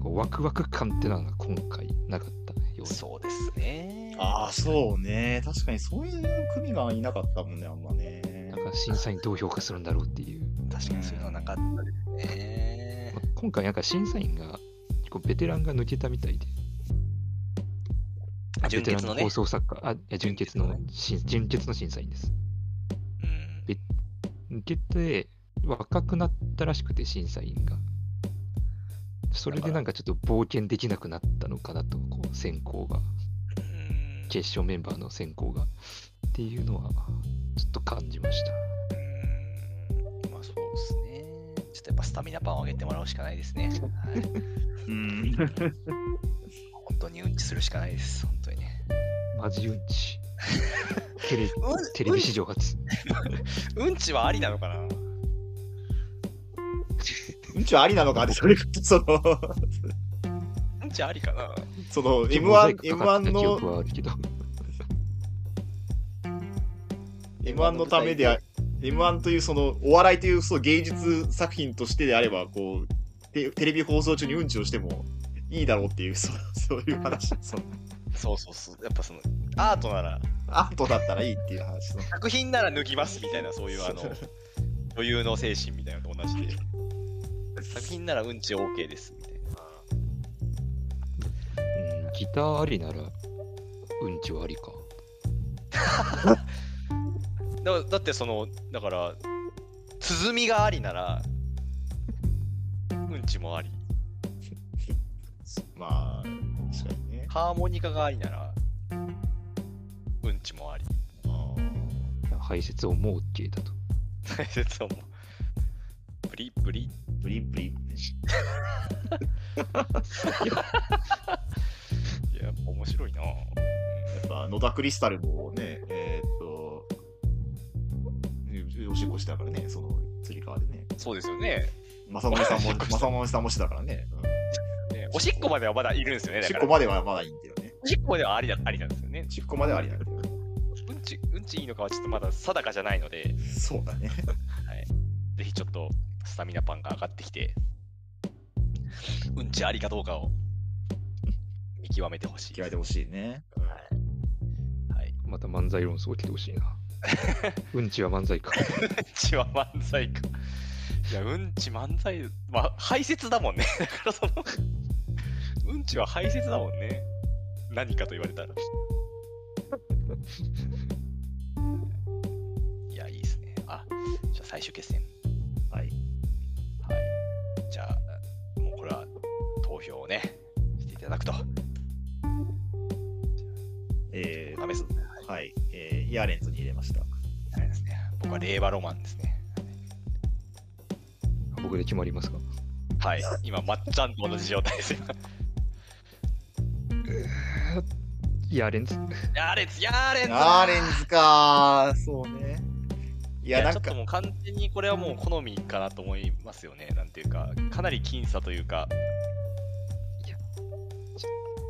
Speaker 3: こうワクワク感ってのが今回なかったような
Speaker 1: そうですね。
Speaker 2: ああそうね確かにそういう組がいなかったもんねあんまね
Speaker 3: なんか審査員どう評価するんだろうっていう。
Speaker 1: 確かにそういうのはなかったですね
Speaker 3: ま。あ今回なんか審査員が結構ベテランが抜けたみたいで、あ
Speaker 1: 純
Speaker 3: ベテ
Speaker 1: 潔
Speaker 3: ラ
Speaker 1: の
Speaker 3: ンの
Speaker 1: ね
Speaker 3: 放。送作家、あ、いや純潔の審純潔の審査員です。
Speaker 1: うん
Speaker 3: 抜けて若くなったらしくて審査員が。それでなんかちょっと冒険できなくなったのかなと、こう選考が、
Speaker 1: うん
Speaker 3: 決勝メンバーの選考が。っていうのは、ちょっと感じました。
Speaker 1: うーんまあそうですね。ちょっとやっぱスタミナパンを上げてもらうしかないですね。はい、
Speaker 2: うん
Speaker 1: 本当にうんちするしかないです。本当にね。
Speaker 3: マジうんち。テレ
Speaker 1: うん
Speaker 3: テレビ史上初。
Speaker 1: うんちはありなのかな
Speaker 2: うんちはありなのかってそれその
Speaker 1: うんちありかな
Speaker 2: その
Speaker 3: モザイ
Speaker 2: M1
Speaker 3: クかかっ
Speaker 2: M1
Speaker 3: てた記
Speaker 2: の
Speaker 3: 憶はあるけど。
Speaker 2: M1 のためであ M1 というそのお笑いというその芸術作品としてであればこうテテレビ放送中にうんちをしてもいいだろうっていうそう そういう話その
Speaker 1: そうそうそう。やっぱそのアートなら
Speaker 2: アートだったらいいっていう話その
Speaker 1: 作品なら脱ぎますみたいなそういうあの
Speaker 2: そう
Speaker 1: 余裕の精神みたいなのと同じで作品ならうんち OK ですみたいな。
Speaker 3: うん、ギターありなら、うんちはありか。
Speaker 1: だだってそのだから鼓がありならうんちもあり
Speaker 2: まあ確かにね
Speaker 1: ハーモニカがありならうんちもあり
Speaker 2: あー
Speaker 3: 排泄をもう OK だと。
Speaker 1: 大切をもうプリプリ
Speaker 2: ブリブリ
Speaker 1: いややっぱ面白いな
Speaker 2: やっぱ野田クリスタルもねえーっとおしっこしてたからねそのつり革でね
Speaker 1: そうですよね
Speaker 2: 正宗さん も
Speaker 1: おしっこした
Speaker 2: 正宗さんもしてたからね、うん
Speaker 1: ねおしっこまではまだいるんですよね
Speaker 2: お
Speaker 1: だ
Speaker 2: し
Speaker 1: か
Speaker 2: っこ
Speaker 1: ら
Speaker 2: まではまだいいんだよね
Speaker 1: おしっこまではありだありなんですよね
Speaker 2: おしっこまではありだけど
Speaker 1: うんちうんちいいのかはちょっとまだ定かじゃないので
Speaker 2: そうだね
Speaker 1: ぜひちょっとスタミナパンが上がってきてうんちありかどうかを見極めてほしい
Speaker 2: 極めてほしいね。
Speaker 1: はい、
Speaker 3: また漫才論争来てほしいな。うんちは漫才か。
Speaker 1: うんちは漫才か。いや、うんち漫才、まあ、排泄だもんね。 だからその、うんちは排泄だもんね。何かと言われたら。 いや、いいですね。あ、じゃあ最終決戦。
Speaker 2: はい。
Speaker 1: はい。じゃあ、もうこれは投票をね、していただくと。
Speaker 2: え
Speaker 1: ダメです。
Speaker 2: ー、はい。えー、ヤーレンズに入れました。
Speaker 1: ダメですね。僕は令和ロマンですね。
Speaker 3: 僕で決まりますか。
Speaker 1: はい。今、まっちゃんと同じ状態ですよ。
Speaker 3: いや、レンズ。
Speaker 1: やーれつ、やーれつ
Speaker 2: ヤーレンズかー。そうね。い
Speaker 1: いや
Speaker 2: や、な
Speaker 1: ちょ
Speaker 2: ん
Speaker 1: っと
Speaker 2: か、
Speaker 1: もう完全にこれはもう好みかなと思いますよね。なんていうか、かなり僅差というか、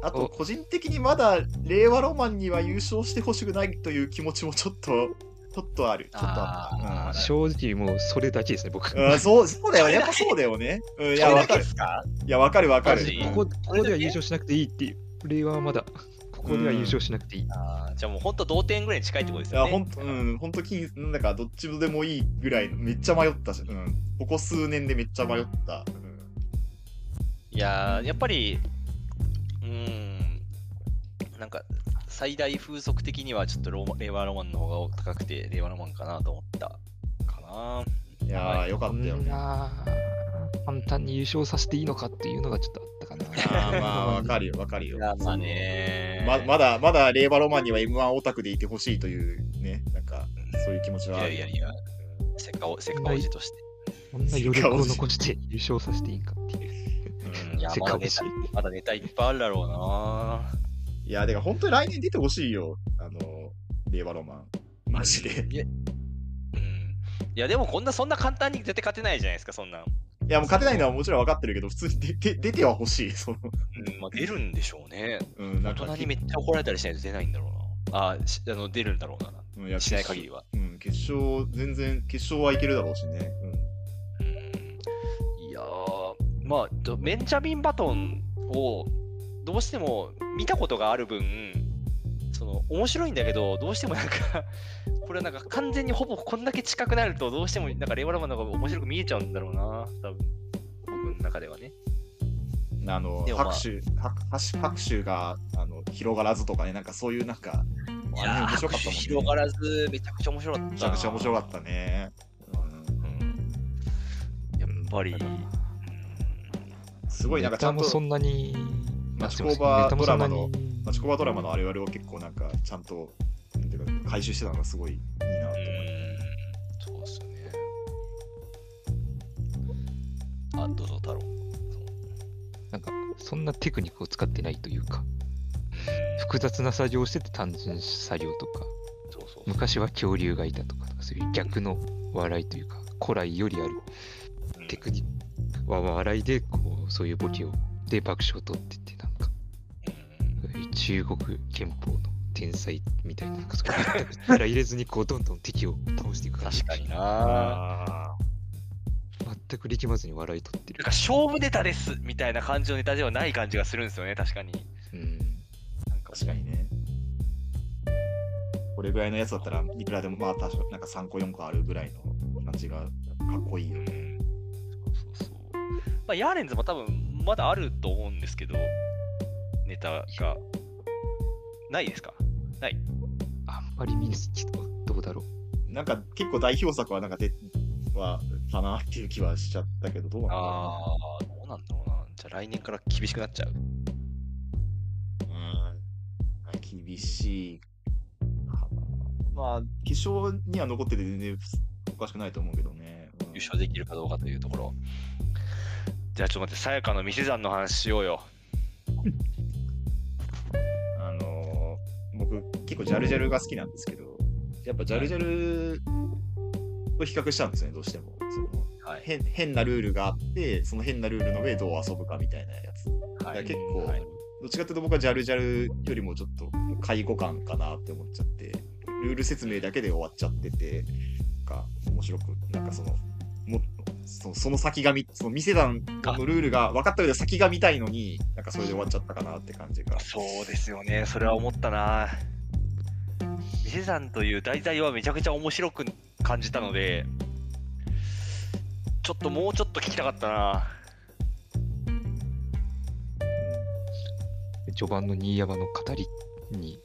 Speaker 2: あと個人的にまだ令和ロマンには優勝してほしくないという気持ちもちょっと、ちょっとある。ちょっとあ
Speaker 1: あ
Speaker 2: っ
Speaker 3: 正直もうそれだけですね、僕。
Speaker 2: た。うん、うんそう、そうだよね。やっぱそうだよね。うん、い
Speaker 1: そ
Speaker 2: や、
Speaker 1: れだ
Speaker 2: わ
Speaker 1: け
Speaker 2: か
Speaker 1: で
Speaker 2: る。
Speaker 1: すか
Speaker 2: いや、わかるわかる
Speaker 1: マジ。
Speaker 3: ここここでは優勝しなくていいっていう。令和はまだ。ここでは優勝しなくていい。
Speaker 1: あーじゃあもう本当同点ぐらいに近いってことです
Speaker 2: い
Speaker 1: よ
Speaker 2: や、
Speaker 1: ね。
Speaker 2: ほんと、うん、ほんと金、なんか、どっちでもいいぐらい、めっちゃ迷ったし、うん。ここ数年でめっちゃ迷った。うん
Speaker 1: いやーやっぱり、うーん、なんか、最大風速的にはちょっとローマ令和ロマンの方が高くて、令和ロマンかなと思ったかな。
Speaker 2: いやー、よか
Speaker 3: こ
Speaker 2: ったよ
Speaker 3: ん
Speaker 2: ね。
Speaker 3: な簡単に優勝させていいのかっていうのがちょっとあったかな。
Speaker 2: あーまあ、わかるよ、わかるよ。
Speaker 1: まあね
Speaker 2: ままだ、まだ、令和ロマンには M1 オタクでいてほしいというね、なんか、そういう気持ち
Speaker 1: い
Speaker 2: はあ
Speaker 1: や
Speaker 2: る
Speaker 1: いやいや、せっかおせっかおじとして。
Speaker 3: こんな余力を残して優勝させていいんかっていう。
Speaker 1: うんいや
Speaker 3: せっ
Speaker 1: まだ
Speaker 3: か
Speaker 1: ネ
Speaker 3: く
Speaker 1: タ
Speaker 3: し、
Speaker 1: まだネタいっぱいあるだろうな。
Speaker 2: いや、でか本当に来年出てほしいよ。あの、令和ロマン。マジで。
Speaker 1: いや,、うん、いやでもこんなそんな簡単に絶対勝てないじゃないですか、そんなん。
Speaker 2: いや、もう勝てないのはもちろん分かってるけど、普通に出て出てはほしい。その、
Speaker 1: うんまあ、出るんでしょうね。
Speaker 2: うん、な
Speaker 1: 大
Speaker 2: んか、
Speaker 1: 人にめっちゃ怒られたりしないと出ないんだろうな。あーしあの出るんだろうな。
Speaker 2: うん、や
Speaker 1: しない限りは。
Speaker 2: うん、決勝、全然、決勝はいけるだろうしね。
Speaker 1: うんいやーまあとベンジャミン・バトンをどうしても見たことがある分その面白いんだけどどうしてもなんか これなんか完全にほぼこんだけ近くなるとどうしてもなんかレオラマンの方が面白く見えちゃうんだろうな多分僕の中ではね
Speaker 2: うん。あの、
Speaker 1: でもまあ
Speaker 2: 拍手、拍拍手拍手があの広がらずとかね、なんかそういう、なんか、あれね面白かったもんね。
Speaker 1: 広がらずめちゃくちゃ面白かった
Speaker 2: めちゃくちゃ面白かったね。
Speaker 1: た、うんやっぱり、
Speaker 2: うん、すごい、なんかちゃん
Speaker 3: ネタもそ
Speaker 2: と、
Speaker 3: んなに。
Speaker 2: 町工場ドラマの
Speaker 3: ネタもそんなに
Speaker 2: 町工場ドラマのあれあれを結構、なんか、ちゃんと、なんていうか、回収してたのがすごいいいな
Speaker 1: う
Speaker 2: と思って。
Speaker 1: んそうっすね。あ、どうぞ太郎。
Speaker 3: なんか、そんなテクニックを使ってないというか、複雑な作業をしてて単純作業とか、
Speaker 1: そうそうそう。
Speaker 3: 昔は恐竜がいたとか、なんかそういう逆の笑いというか、古来よりある
Speaker 1: うん
Speaker 3: テクニックは笑いで、こう、そういうボケを、で爆笑を取ってって、なんか、
Speaker 1: うん
Speaker 3: 中国憲法の天才みたいな、なんかそこに力入れずに、こう、どんどん敵を倒していく感じ
Speaker 1: 確かにな。
Speaker 2: あ
Speaker 3: 全く力まずに笑い取って
Speaker 1: なん
Speaker 3: る
Speaker 1: か。勝負ネタですみたいな感じのネタではない感じがするんですよね、確かに。
Speaker 3: うん。
Speaker 1: なんか
Speaker 2: ー確かにね。これぐらいのやつだったらいくらでもまあ多少なんか3個4個あるぐらいの感じがかっこいいうよね。
Speaker 1: んそうそうそう。まあ、ヤーレンズも多分まだあると思うんですけど、ネタが。ないですかない。
Speaker 3: あんまり見ずに、どうだろう。
Speaker 2: なんか結構代表作はなんかではかなっていう気はしちゃったけどどうなんだろ
Speaker 1: ああ、どうなんだろうな。じゃあ来年から厳しくなっちゃう。
Speaker 2: うな。うん厳しいかな。まあ決勝には残ってて全然おかしくないと思うけどね。う
Speaker 1: 優
Speaker 2: ん
Speaker 1: 勝できるかどうかというところ。じゃあちょっと待って、さやかの店山の話しようよ。
Speaker 2: あのー僕結構ジャルジャルが好きなんですけどやっぱジャルジャルと比較したんですよねどうしてもその
Speaker 1: はい。
Speaker 2: 変変なルールがあってその変なルールの上どう遊ぶかみたいなやつど
Speaker 1: はい
Speaker 2: や結構
Speaker 1: はい
Speaker 2: っちかっていうと僕はジャルジャルよりもちょっと介護感かなって思っちゃってルール説明だけで終わっちゃっててなんか面白くなんかそのもそのその先がみその店団のルールが分かった上で先が見たいのになんかそれで終わっちゃったかなって感じが
Speaker 1: そうですよね、それは思ったな。店山という題材はめちゃくちゃ面白く感じたので、ちょっともうちょっと聞きたかったな。
Speaker 3: 序盤の新山の語りに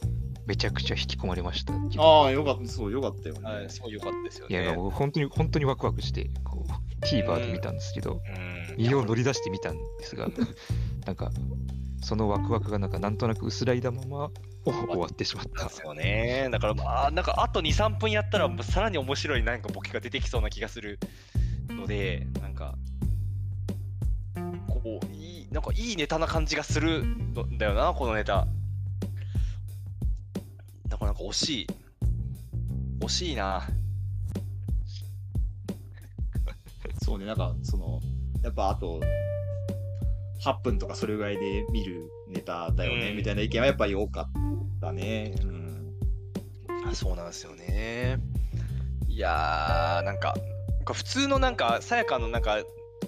Speaker 3: めちゃくちゃ引き込まれましたけど
Speaker 2: ああ、よかった、そう、よかったよね。
Speaker 1: すごい良かったですよ
Speaker 3: いや、もう本当に本当にワクワクして、こう、TVer で見たんですけど、
Speaker 1: うん、
Speaker 3: 身を乗り出してみたんですが、 なんか、そのワクワクがなんかなんとなく薄らいだままお終わってしまっ
Speaker 1: なん
Speaker 3: た
Speaker 1: で。すよね。だから、まあ、なんかあと2、3分やったら、さらに面白いなんかボケが出てきそうな気がするので、なんか、こう、いい、なんかいいネタな感じがするんだよな、このネタ。だからなんか惜しい。惜しいな。
Speaker 2: そうね、なんか、その、やっぱあと、8分とかそれぐらいで見るネタだよね、
Speaker 1: うん
Speaker 2: みたいな意見はやっぱり多かったね。うん。
Speaker 1: あそうなんですよね。いやー、なんか、なんか普通のなんか、さやかのなんか、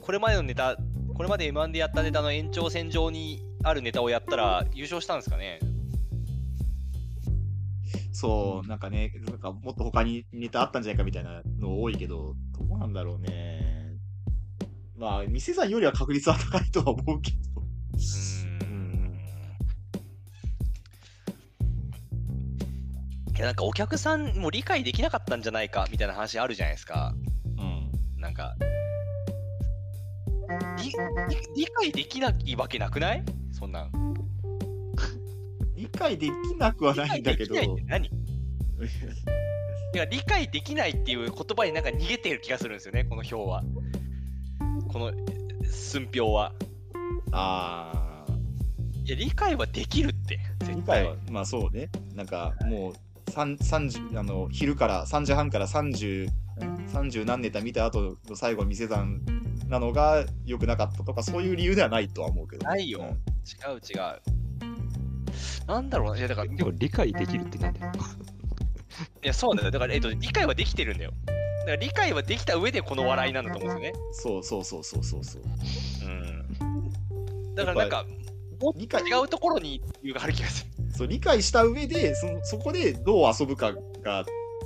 Speaker 1: これまでのネタ、これまで M1 でやったネタの延長線上にあるネタをやったら優勝したんですかね。
Speaker 2: そう、なんかね、なんかもっと他にネタあったんじゃないかみたいなの多いけど、どうなんだろうね。まあ、店さんよりは確率は高いとは思うけど。
Speaker 1: うーんけどなんかお客さんも理解できなかったんじゃないかみたいな話あるじゃないですか。
Speaker 2: うん。
Speaker 1: なんかりり理解できないわけなくないそんなん。
Speaker 2: 理解できなくはないんだけど
Speaker 1: 理、解できないって何いや理解できないっていう言葉になんか逃げてる気がするんですよね、この表は。この寸評は。
Speaker 2: ああ、
Speaker 1: いや、理解はできるって。絶対
Speaker 2: 理解は、まあそうね。なんかもう、三三十あの昼から3時半から30、30何ネタ見た後の最後の店算なのが良くなかったとか、そういう理由ではないとは思うけど。
Speaker 1: ないよ
Speaker 2: うん
Speaker 1: 違う違う。なんだろうな。いや、だから、い
Speaker 3: でも理解できるってなんだよ。
Speaker 1: やそうなんだよ。だから、えっと、理解はできてるんだよ。だから理解はできた上でこの笑いなんだと思うんですよ
Speaker 2: そうそうそうそうそうそう。
Speaker 1: ね。うん。だから、なんか、もっ
Speaker 2: 理解
Speaker 1: と違うところに理由がある気がする。
Speaker 2: そう理解した上でそのそこでどう遊ぶかが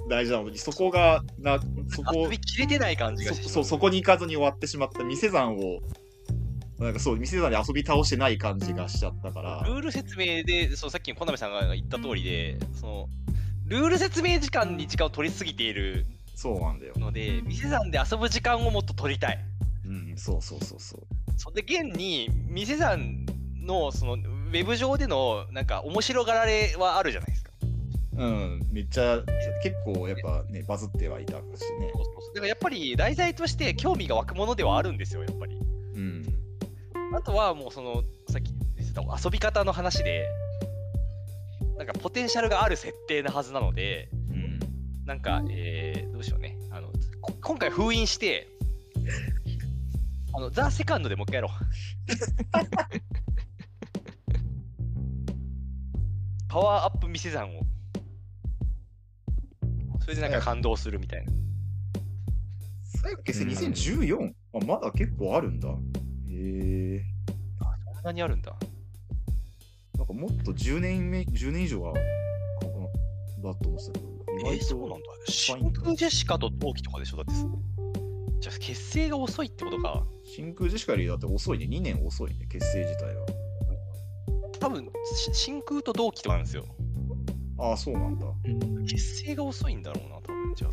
Speaker 2: 大事なのにそこがなそこ
Speaker 1: 遊び切れてない感じが
Speaker 2: そ
Speaker 1: して
Speaker 2: そうそこに行かずに終わってしまった店山をなんかそう店山で遊び倒してない感じがしちゃったから
Speaker 1: ルール説明で、そうさっきの小波さんが言った通りで、その、ルール説明時間に時間を取りすぎている
Speaker 2: そうなんだよ、
Speaker 1: ので、店さんで遊ぶ時間をもっと取りたい。
Speaker 2: うん、そうそうそうそう
Speaker 1: それで現に店さんのそのウェブ上でのなんか面白がられはあるじゃないですか。
Speaker 2: うんめっちゃ結構やっぱねバズってはいたしね
Speaker 1: だからやっぱり題材として興味が湧くものではあるんですよやっぱり。
Speaker 2: うん
Speaker 1: あとはもうそのさっき言ってた遊び方の話でなんかポテンシャルがある設定なはずなので
Speaker 2: うん
Speaker 1: なんか、えーどうしようねあのこ今回封印してあのザ・セカンドでもう一回やろう パワーアップ見せ算をそれでなんか感動するみたいな
Speaker 2: 最後結成 2014?、あまだ結構あるんだへえ
Speaker 1: そんなにあるんだ
Speaker 2: なんかもっと10年目、10年以上は、ここだと思ってたけど、
Speaker 1: え
Speaker 2: 意
Speaker 1: ー
Speaker 2: 外
Speaker 1: そうなん
Speaker 2: と
Speaker 1: だ真空ジェシカと同期とかでしょだってじゃあ結成が遅いってことか
Speaker 2: 真空ジェシカよりだって遅いね、2年遅いね、結成自体は。
Speaker 1: 多分し真空と同期とかなんですよ
Speaker 2: ああ、そうなんだ。
Speaker 3: うん
Speaker 1: 結成が遅いんだろうな多分じゃあ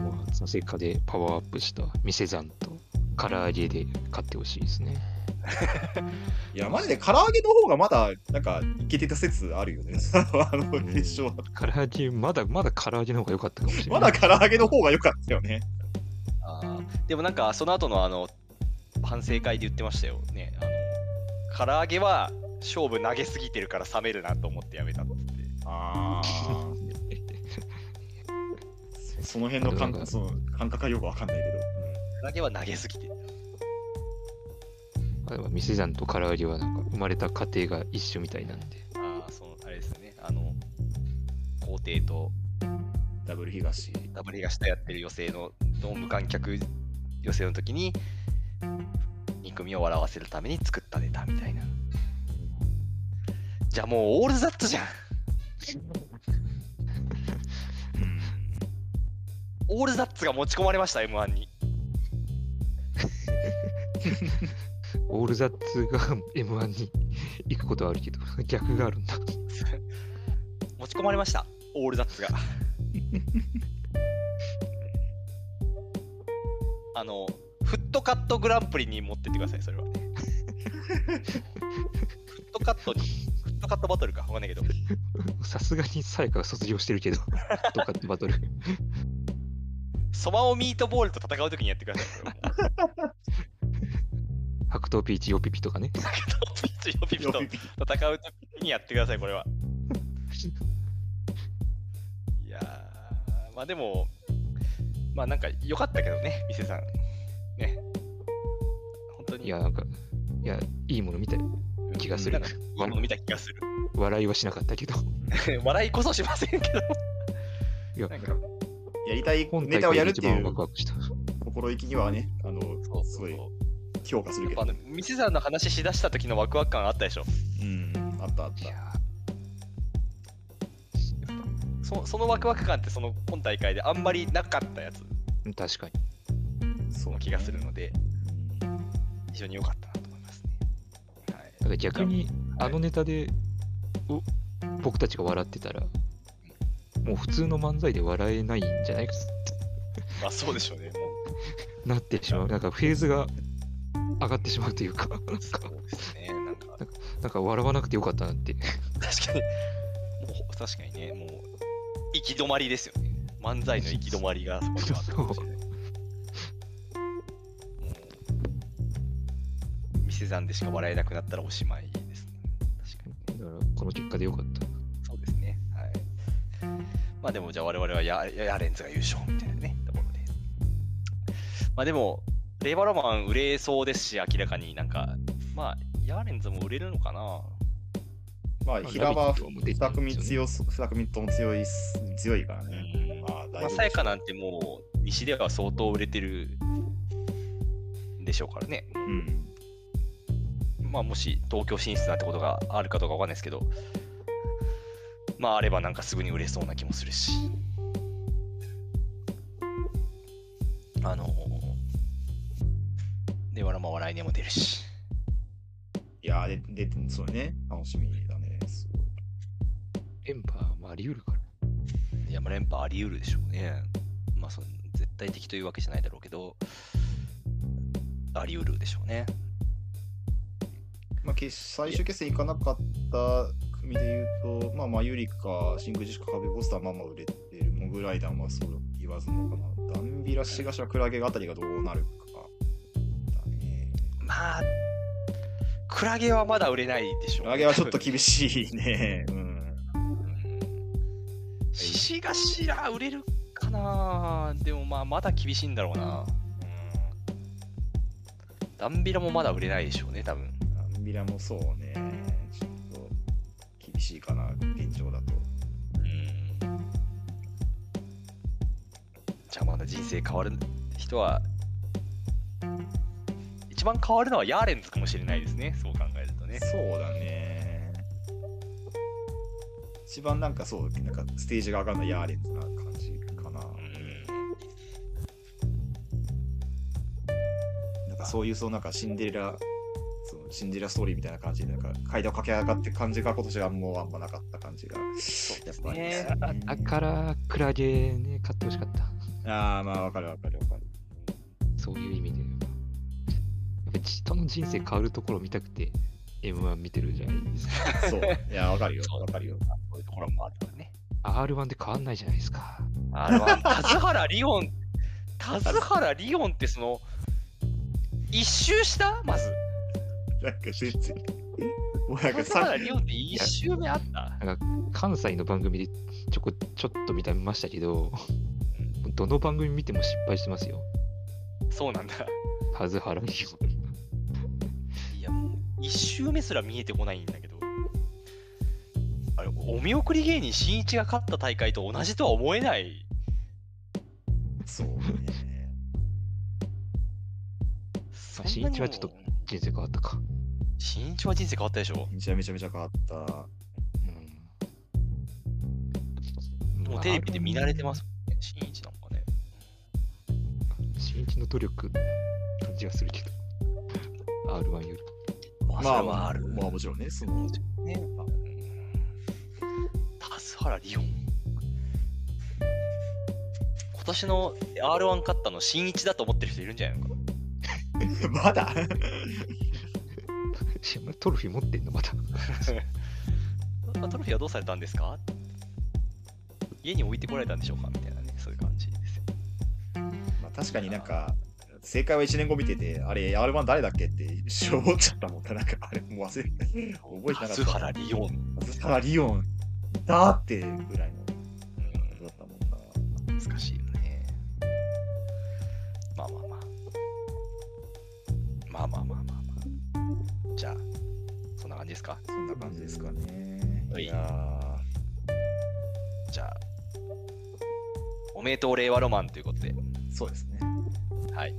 Speaker 3: まあ、その成果でパワーアップした店山と唐揚げで買ってほしいですね。
Speaker 2: いや、マジで唐揚げの方がまだ、なんか、いけてた説あるよね、 あの
Speaker 3: ん
Speaker 2: 決勝だと
Speaker 3: 唐揚げ、まだまだ唐揚げの方が良かったかもしれな
Speaker 2: ま
Speaker 3: い。
Speaker 2: だ 唐揚げの方が良かったよね。
Speaker 1: あーでもなんかその後のあの反省会で言ってましたよねあの唐揚げは勝負投げすぎてるから冷めるなと思ってやめたっつって
Speaker 2: ああ。その辺の感覚その感覚はよくわかんない
Speaker 1: 唐揚げは投げすぎてる
Speaker 3: あでも店山と唐揚げはなんか生まれた家庭が一緒みたいなんで。
Speaker 1: ああそのあれですねあの皇帝と
Speaker 2: けど、ダブル東。
Speaker 1: ダブル東とやってる予選のの無観客予選の時に憎みを笑わせるために作ったネタみたいなじゃあもうオールザッツじゃん オールザッツが持ち込まれました M1 に
Speaker 3: オールザッツが M1 に行くことはあるけど、 逆があるんだ。
Speaker 1: 持ち込まれましたオールザッ ツがあのフットカットグランプリに持ってってくださいそれはフットカットにフットカットバトルかわかんないけど
Speaker 3: さすがにサイカが卒業してるけど、 とかバトル。
Speaker 1: ソマオミートボールと戦う時にやってくださいそれはもう
Speaker 3: 白桃ピーチヨピピと かね。
Speaker 1: ピッチヨピピと戦う時にやってくださいこれはいやーまあでもまあなんか良かったけどね店さんね本当に
Speaker 3: いや、なんか、いや、いいもの見たよ気がする
Speaker 1: なんかいいもの見た気がする
Speaker 3: 笑いはしなかったけど。
Speaker 1: 笑いこそしませんけど
Speaker 3: いや
Speaker 1: なん、か
Speaker 2: やりたい
Speaker 3: 本
Speaker 2: ネ
Speaker 3: 大
Speaker 2: タをやる
Speaker 3: 会で
Speaker 2: って
Speaker 3: 一
Speaker 2: い
Speaker 3: 番
Speaker 2: う
Speaker 3: ワクワクした。
Speaker 2: 心意気にはね、あの、
Speaker 1: そう
Speaker 2: す
Speaker 1: そ
Speaker 2: ご
Speaker 1: う
Speaker 2: い
Speaker 1: そう
Speaker 2: 評価する
Speaker 1: やっ
Speaker 2: け
Speaker 1: ぱ
Speaker 2: ど
Speaker 1: あ。の店さんの話しだした時のワクワク感あったでしょ
Speaker 2: うん、あったあっ
Speaker 3: いや
Speaker 2: た。
Speaker 1: そそのワクワク感ってその今大会であんまりなかったやつ
Speaker 3: ー確かに。
Speaker 2: そ
Speaker 1: の気がするので
Speaker 2: うん
Speaker 1: 非常に良かったなと思いますね、はい
Speaker 3: だから逆に、
Speaker 1: はい
Speaker 3: あのネタで、お僕たちが笑ってたら、もう普通の漫才で笑えないんじゃないか
Speaker 1: まあそうでしょうね。も
Speaker 3: なってしまう。なんかフェーズが上がってしまうというか、 なん
Speaker 1: うそ
Speaker 3: か
Speaker 1: うですね。なんか確
Speaker 3: なんか笑わなくてよかったなって。
Speaker 1: かに、もう確かにね、もう行き止まりですよね。漫才の行き止まりがそこにはあったかもしれない。もう店さんでしか笑えなくなったらおしまいですね。確かに。
Speaker 3: だからこの結果でよかった。
Speaker 1: そうですね。はい。まあでも、じゃあ我々はヤヤヤーレンズが優勝みたいなね、ところで。まあでも、レイバロマン売れそうですし、明らかになんか、まあ、ヤーレンズも売れるのかな。
Speaker 2: まあ、
Speaker 3: まあ
Speaker 2: 平場
Speaker 3: ラ
Speaker 2: は
Speaker 3: ビットも出てるんです
Speaker 2: 2
Speaker 3: よね
Speaker 2: 組強す、二組とも強いっす、強いから
Speaker 1: う
Speaker 2: ね。
Speaker 1: ん。
Speaker 2: まあ、大
Speaker 1: ま
Speaker 2: 丈
Speaker 1: あ、
Speaker 2: 夫
Speaker 1: さやかなんてもう、西では相当売れてるでしょうからね。
Speaker 2: うん。
Speaker 1: まあ、もし東京進出なんてことがあるかどうかわかんないですけど、まあ、あればなんかすぐに売れそうな気もするし。あので、わらまは来年も出るし。
Speaker 2: いやー、で、で、そうね。楽しみだね。すごい
Speaker 3: エンパーもあり得るから。
Speaker 1: いや、まあ、連覇あり得るでしょうね。まあ、その絶対的というわけじゃないだろうけど、あり得るでしょうね。
Speaker 2: まあ、決最終決戦行かなかった組で言うと、まあ、まあ、ユリカ、シングジシカ、カベゴスター、まあまあ売れてる、モグライダーはそう言わずもかな。ダンビラ、シガシャ、クラゲあたりがどうなるか。だね。
Speaker 1: まあ、クラゲはまだ売れないでしょう、
Speaker 2: ク
Speaker 1: ね。
Speaker 2: ラゲはちょっと厳しいね。うん。
Speaker 1: 獅子頭売れるかなでもまあまだ厳しいんだろうな、うん、ダンビラもまだ売れないでしょうね多分
Speaker 2: ダンビラもそうね。ちょっと厳しいかな、現状だと。
Speaker 1: うんじゃあまだ人生変わる人は一番変わるのはヤーレンズかもしれないですねそう考えるとね
Speaker 2: そうだね。一番なんかそう、なんかステージが上がるのはヤーレンズな感じかな。
Speaker 1: うん
Speaker 2: なんかそういうそうなんかシンデレラ、そのシンデレラストーリーみたいな感じで、なんか階段を駆け上がってく感じが今年はもうあんまなかった感じが。
Speaker 1: そうです
Speaker 2: やっぱり
Speaker 1: ね
Speaker 2: ね
Speaker 3: だから、クラゲね、買ってほしかった。
Speaker 2: ああ、まあわかるわかるわかる。
Speaker 3: そういう意味で。やっぱ人の人生変わるところを見たくて、M1 見てるじゃないですか。
Speaker 2: そう。いや、わかるよ。わかるよ。
Speaker 1: そういうところもあるからね
Speaker 3: R1 で変わんないじゃないですか。
Speaker 1: あれは、田津原リオン、田津原リオンってその、一周したまず。
Speaker 2: なんか全然。もうなん
Speaker 1: 田
Speaker 2: か
Speaker 1: 津原
Speaker 2: さ、
Speaker 1: リオンって一周目あった
Speaker 3: 関西の番組でちょこちょっと見たましたけど、どの番組見ても失敗してますよ。
Speaker 1: そうなんだ。
Speaker 3: はずはらに。
Speaker 1: いや、もう一周目すら見えてこないんだけど。あれ、お見送り芸人しんいちが勝った大会と同じとは思えない。
Speaker 2: そうね。
Speaker 1: そん
Speaker 3: あしんいちはちょっと
Speaker 1: なにも
Speaker 3: 人生変わったか。
Speaker 1: しんいちは人生変わったでしょ。
Speaker 2: めちゃめちゃめちゃ変わった。
Speaker 3: うん。。
Speaker 1: もうテレビで見慣れてますすもんね、しんいちなんかね。
Speaker 3: 新一の努力感じがするけど。R1 より。
Speaker 1: まあ、それはある。
Speaker 2: まあもちろんね、その、
Speaker 1: ね、田津原リオン。今年の R1 勝ったの新一だと思ってる人いるんじゃないのか。
Speaker 2: まだ
Speaker 3: しまトロフィー持ってんのまた。
Speaker 1: あトロフィーはどうされたんですか家に置いてこられたんでしょうかみたいなね、そういう感じですよ。
Speaker 2: まあ、確かになんか、正解は1年後見てて、あれ、R1 誰だっけって一瞬思っちゃったもんな。なんか、あれ、もう忘れて、覚えてなか
Speaker 1: 田
Speaker 2: った。
Speaker 1: 津原リオン。
Speaker 2: ズハラリオンだってぐらいの感じだったもんな。
Speaker 1: 難しいよね。まあまあまあ。まあまあまあまあまあ。じゃあ、そんな感じですか
Speaker 2: そんな感じですかね。
Speaker 1: はい
Speaker 2: いや
Speaker 1: じゃあ、おめでとう令和ロマンということで。
Speaker 2: ーそうですね。
Speaker 1: はい。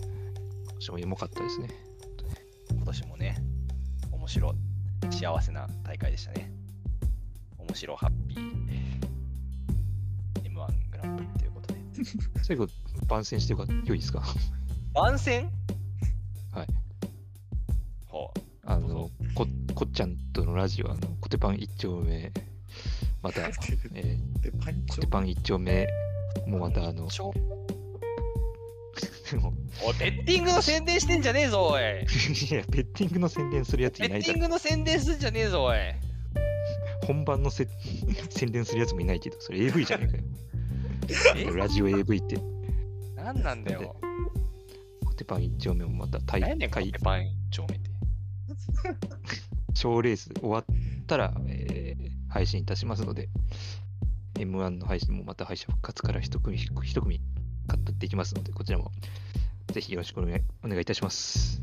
Speaker 3: 私もエモかったですね。
Speaker 1: 今年もね、面白、幸せな大会でしたね。面白、ハッピー、M1 グランプリということで。
Speaker 3: 最後、番宣してよか良いで すか
Speaker 1: 番宣
Speaker 3: はい。
Speaker 1: ほう。
Speaker 3: あ
Speaker 1: どうぞ
Speaker 3: のこ、こっちゃんとのラジオ、あの、コテパン一丁目また、え
Speaker 2: で、パン
Speaker 3: ー、
Speaker 2: チ
Speaker 3: コテパン一丁目もまたあの、
Speaker 1: ちょ
Speaker 3: でも
Speaker 1: おいベッティングの宣伝してんじゃねえぞ、おい。
Speaker 3: いや、ベッティングの宣伝するやつ
Speaker 1: ベ
Speaker 3: いな
Speaker 1: ッ
Speaker 3: い
Speaker 1: テ
Speaker 3: だ
Speaker 1: ィン
Speaker 3: ろ。
Speaker 1: グの宣伝すんじゃねえぞ、おい。
Speaker 3: 本番のせ 宣伝するやつもいないけど、それ AV じゃね えかよ。ラジオ AV って、
Speaker 1: 何なんだよ。
Speaker 3: コテパン一丁目もまた
Speaker 1: 何
Speaker 3: 大
Speaker 1: やねん、コ
Speaker 3: 会
Speaker 1: テ、パン一丁目って。
Speaker 3: 賞レース終わったら、えー配信いたしますので、M1 の配信もまた敗者復活から一組、一組、買ってできますので、こちらもぜひよろしくお願いお願いいたします。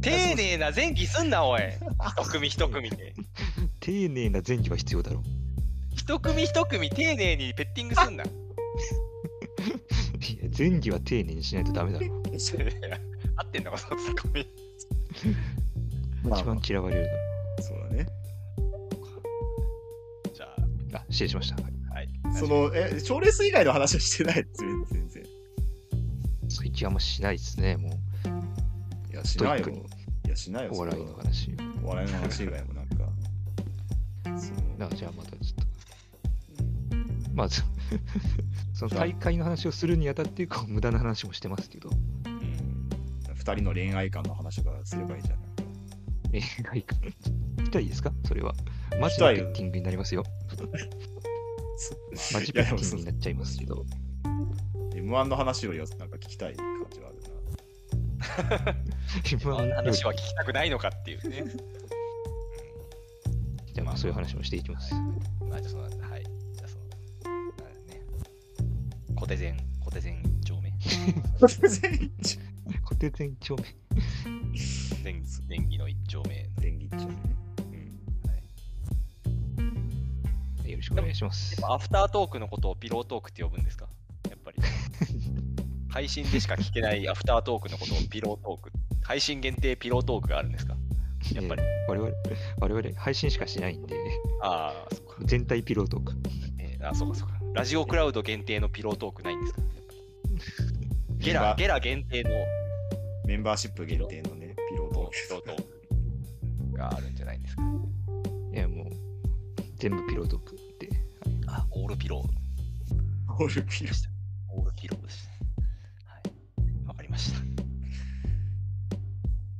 Speaker 1: 丁寧な前期すんな、おい。一組一組で。
Speaker 3: 丁寧な前期は必要だろう。
Speaker 1: 一組一組丁寧にベッティングすんな。
Speaker 3: いや前期は丁寧にしないとダメだろう。
Speaker 1: 合ってんのか、そのツッコミ。
Speaker 2: まあ
Speaker 3: 一
Speaker 2: ま
Speaker 3: 番嫌われるだ
Speaker 2: あ、そうだね。
Speaker 1: じゃあ。
Speaker 3: ろう。あ、失礼しました。はい
Speaker 2: その、え、賞レース以外の話はしてない全然。全然
Speaker 3: 最近あんましないですね、もう。
Speaker 2: いや、しない
Speaker 3: スト
Speaker 2: よ
Speaker 3: イックに。
Speaker 2: いや、しないよ。
Speaker 3: お
Speaker 2: そんな
Speaker 3: 笑いの話。
Speaker 2: お笑いの話以外もなんか。そう
Speaker 3: なじゃあまたちょっと。まあ、そ その大会の話をするにあたって、こう無駄な話もしてますけど、
Speaker 1: うん
Speaker 2: 二人の恋愛観の話とかすればいいじゃない。
Speaker 3: 映画行く。したいですかそれは。マジ
Speaker 2: した
Speaker 3: ないベ
Speaker 2: よ
Speaker 3: ッティングになりますよ。マジ
Speaker 2: い
Speaker 3: ベ
Speaker 2: やで
Speaker 3: ッテ
Speaker 2: も
Speaker 3: ィン
Speaker 2: そ
Speaker 3: グ
Speaker 2: う
Speaker 3: になっちゃいますけど。
Speaker 2: M1 の話をよなんか聞きたい感じはあ るな。
Speaker 3: 今
Speaker 1: あんな話
Speaker 3: は。
Speaker 1: は聞きたくないのかっていうね。
Speaker 3: じゃあまあそういう話もしていきます。
Speaker 1: うんまあ、じゃあその、はい。じゃあその、あれね。小手前、小手前一丁目。
Speaker 3: 固定全丁目。
Speaker 1: 前前期の一丁目の。
Speaker 2: 電気一丁ね。
Speaker 3: よろしくお願いします。
Speaker 1: アフタートークのことをピロートークって呼ぶんですかやっ ぱり。配信でしか聞けないアフタートークのことをピロートーク。配信限定ピロートークがあるんですかやっぱり
Speaker 3: えー我々、我々配信しかしないんで、
Speaker 1: ああ、そっか。
Speaker 3: 全体ピロートーク。
Speaker 1: えーあ、そうかそうか。ラジオクラウド限定のピロートークないん ですかやっぱりゲ
Speaker 2: メン
Speaker 1: ラ
Speaker 2: バ、ー
Speaker 1: ゲラ限定の
Speaker 2: メンバーシップ限定のね、ピロー
Speaker 1: ピ
Speaker 2: ト
Speaker 1: ロート ークがあるんじゃないんですか
Speaker 3: いやもう、全部ピロートークで。
Speaker 1: あ、オールピロー。
Speaker 2: ーク。オールピロー。
Speaker 1: オールピローです。はい。わかりました。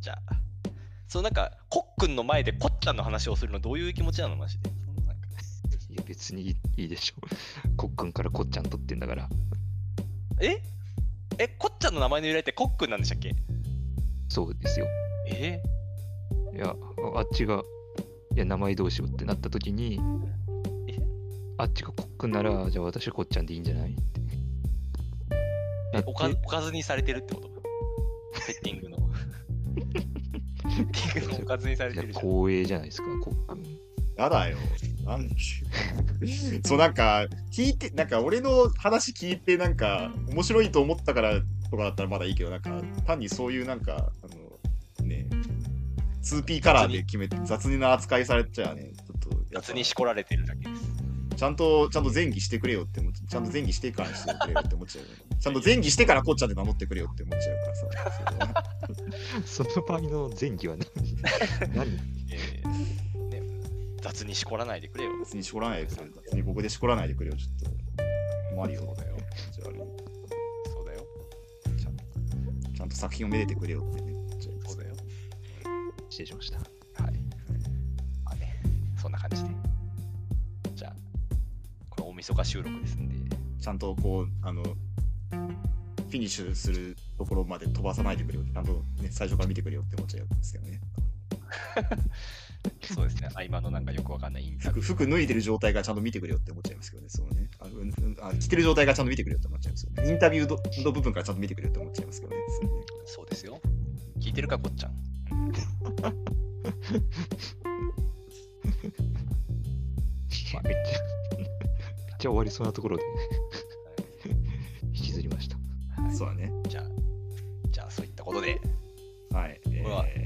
Speaker 1: じゃあ、そのなんか、コックンの前でコッちゃんの話をするのどういう気持ちなのマジで。そのなんか
Speaker 3: いや別にいいでしょ。コックンからコッちゃん取ってんだから。
Speaker 1: ええ、コッちゃんの名前の由来ってコックンなんでしたっけ
Speaker 3: そうですよ。
Speaker 1: え
Speaker 3: いや、ああっちが、いや、名前どうしようってなった時に
Speaker 1: え、
Speaker 3: あっちがコックンなら、じゃあ私はこっちゃんでいいんじゃないって。な
Speaker 1: え
Speaker 3: って
Speaker 1: おかおかずにされてるってことセッティングの。セッティングのおかずにされ
Speaker 3: い
Speaker 1: て
Speaker 3: や
Speaker 1: るじゃん。
Speaker 3: 光栄じゃないですか、コックン。
Speaker 2: やだよ。なんでそう、なんか、聞いて、なんか俺の話聞いて、なんか、面白いと思ったからとかだったらまだいいけど、なんか、単にそういうなんか、あの、ね、2P カラーで決めて、雑にな扱いされちゃうね、ちょっとやっぱ、
Speaker 1: 雑にしこられてるだけです。
Speaker 2: ちゃんと、ちゃんと前儀してくれよって思っちゃう。ちゃんと前儀してからにしてくれよって思っちゃうよね。ちゃんと前儀してからこっちゃんで名乗ってくれよって思っちゃうからさ。そうだな
Speaker 3: その場合の前期は何何
Speaker 1: えーね、雑にしこらないでくれよ。
Speaker 2: 別にしこらないでくれよ。別にここでしこらないでくれよ、ちょっと。困るよ。
Speaker 1: そうだよ。
Speaker 2: じゃああれ
Speaker 1: そうだよ。
Speaker 2: ちゃんとちゃんと作品をめでてくれよってね。
Speaker 1: そうだよ。
Speaker 3: 失礼しました。
Speaker 1: はい。まあね、そんな感じで。じゃあ、これ大晦日収録ですんで、
Speaker 2: ちゃんとこう、あの、フィニッシュするところまで飛ばさないでくれよ。ちゃんとね、最初から見てくれよって思っちゃうんですけどね。
Speaker 1: そう ですね、合間のなんかよくわかんないインタビ
Speaker 2: 服
Speaker 1: ュー。
Speaker 2: 服脱いでる状態がちゃんと見てくれよって思っちゃいますけどね。そのねあうんうんあ着てる状態がちゃんと見てくれよって思っちゃいますよね。インタビューどの部分からちゃんと見てくれよって思っちゃいますけどね。そうね
Speaker 1: そうですよ。聞いてるか、こっちゃん。
Speaker 3: め っちゃ、めっちゃ終わりそうなところで引きずりました。
Speaker 1: はい
Speaker 2: そうだね。
Speaker 1: じゃあ、じゃあそういったことで、
Speaker 2: はい。え
Speaker 1: うわ
Speaker 2: ー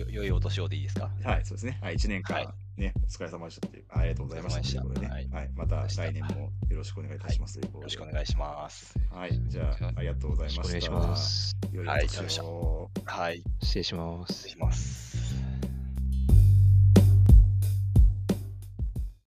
Speaker 1: よ良いお年をでいいですか
Speaker 2: はい、そうですね。はい、1年間、
Speaker 1: は
Speaker 2: ね、お疲れ様でしたっていう。ありがとうございました。ということでね、
Speaker 1: お疲
Speaker 2: は
Speaker 1: れ
Speaker 2: い
Speaker 1: 様、
Speaker 2: また来年もよろしくお願いいたします。よ
Speaker 1: よろしくお
Speaker 2: い
Speaker 1: 願いします。
Speaker 2: はい、じゃあ、ありがとうございました。
Speaker 3: よろしくお願いします。
Speaker 2: 良いお
Speaker 1: はい
Speaker 2: 年を。
Speaker 1: はい、
Speaker 3: 失礼します
Speaker 1: 失礼。します。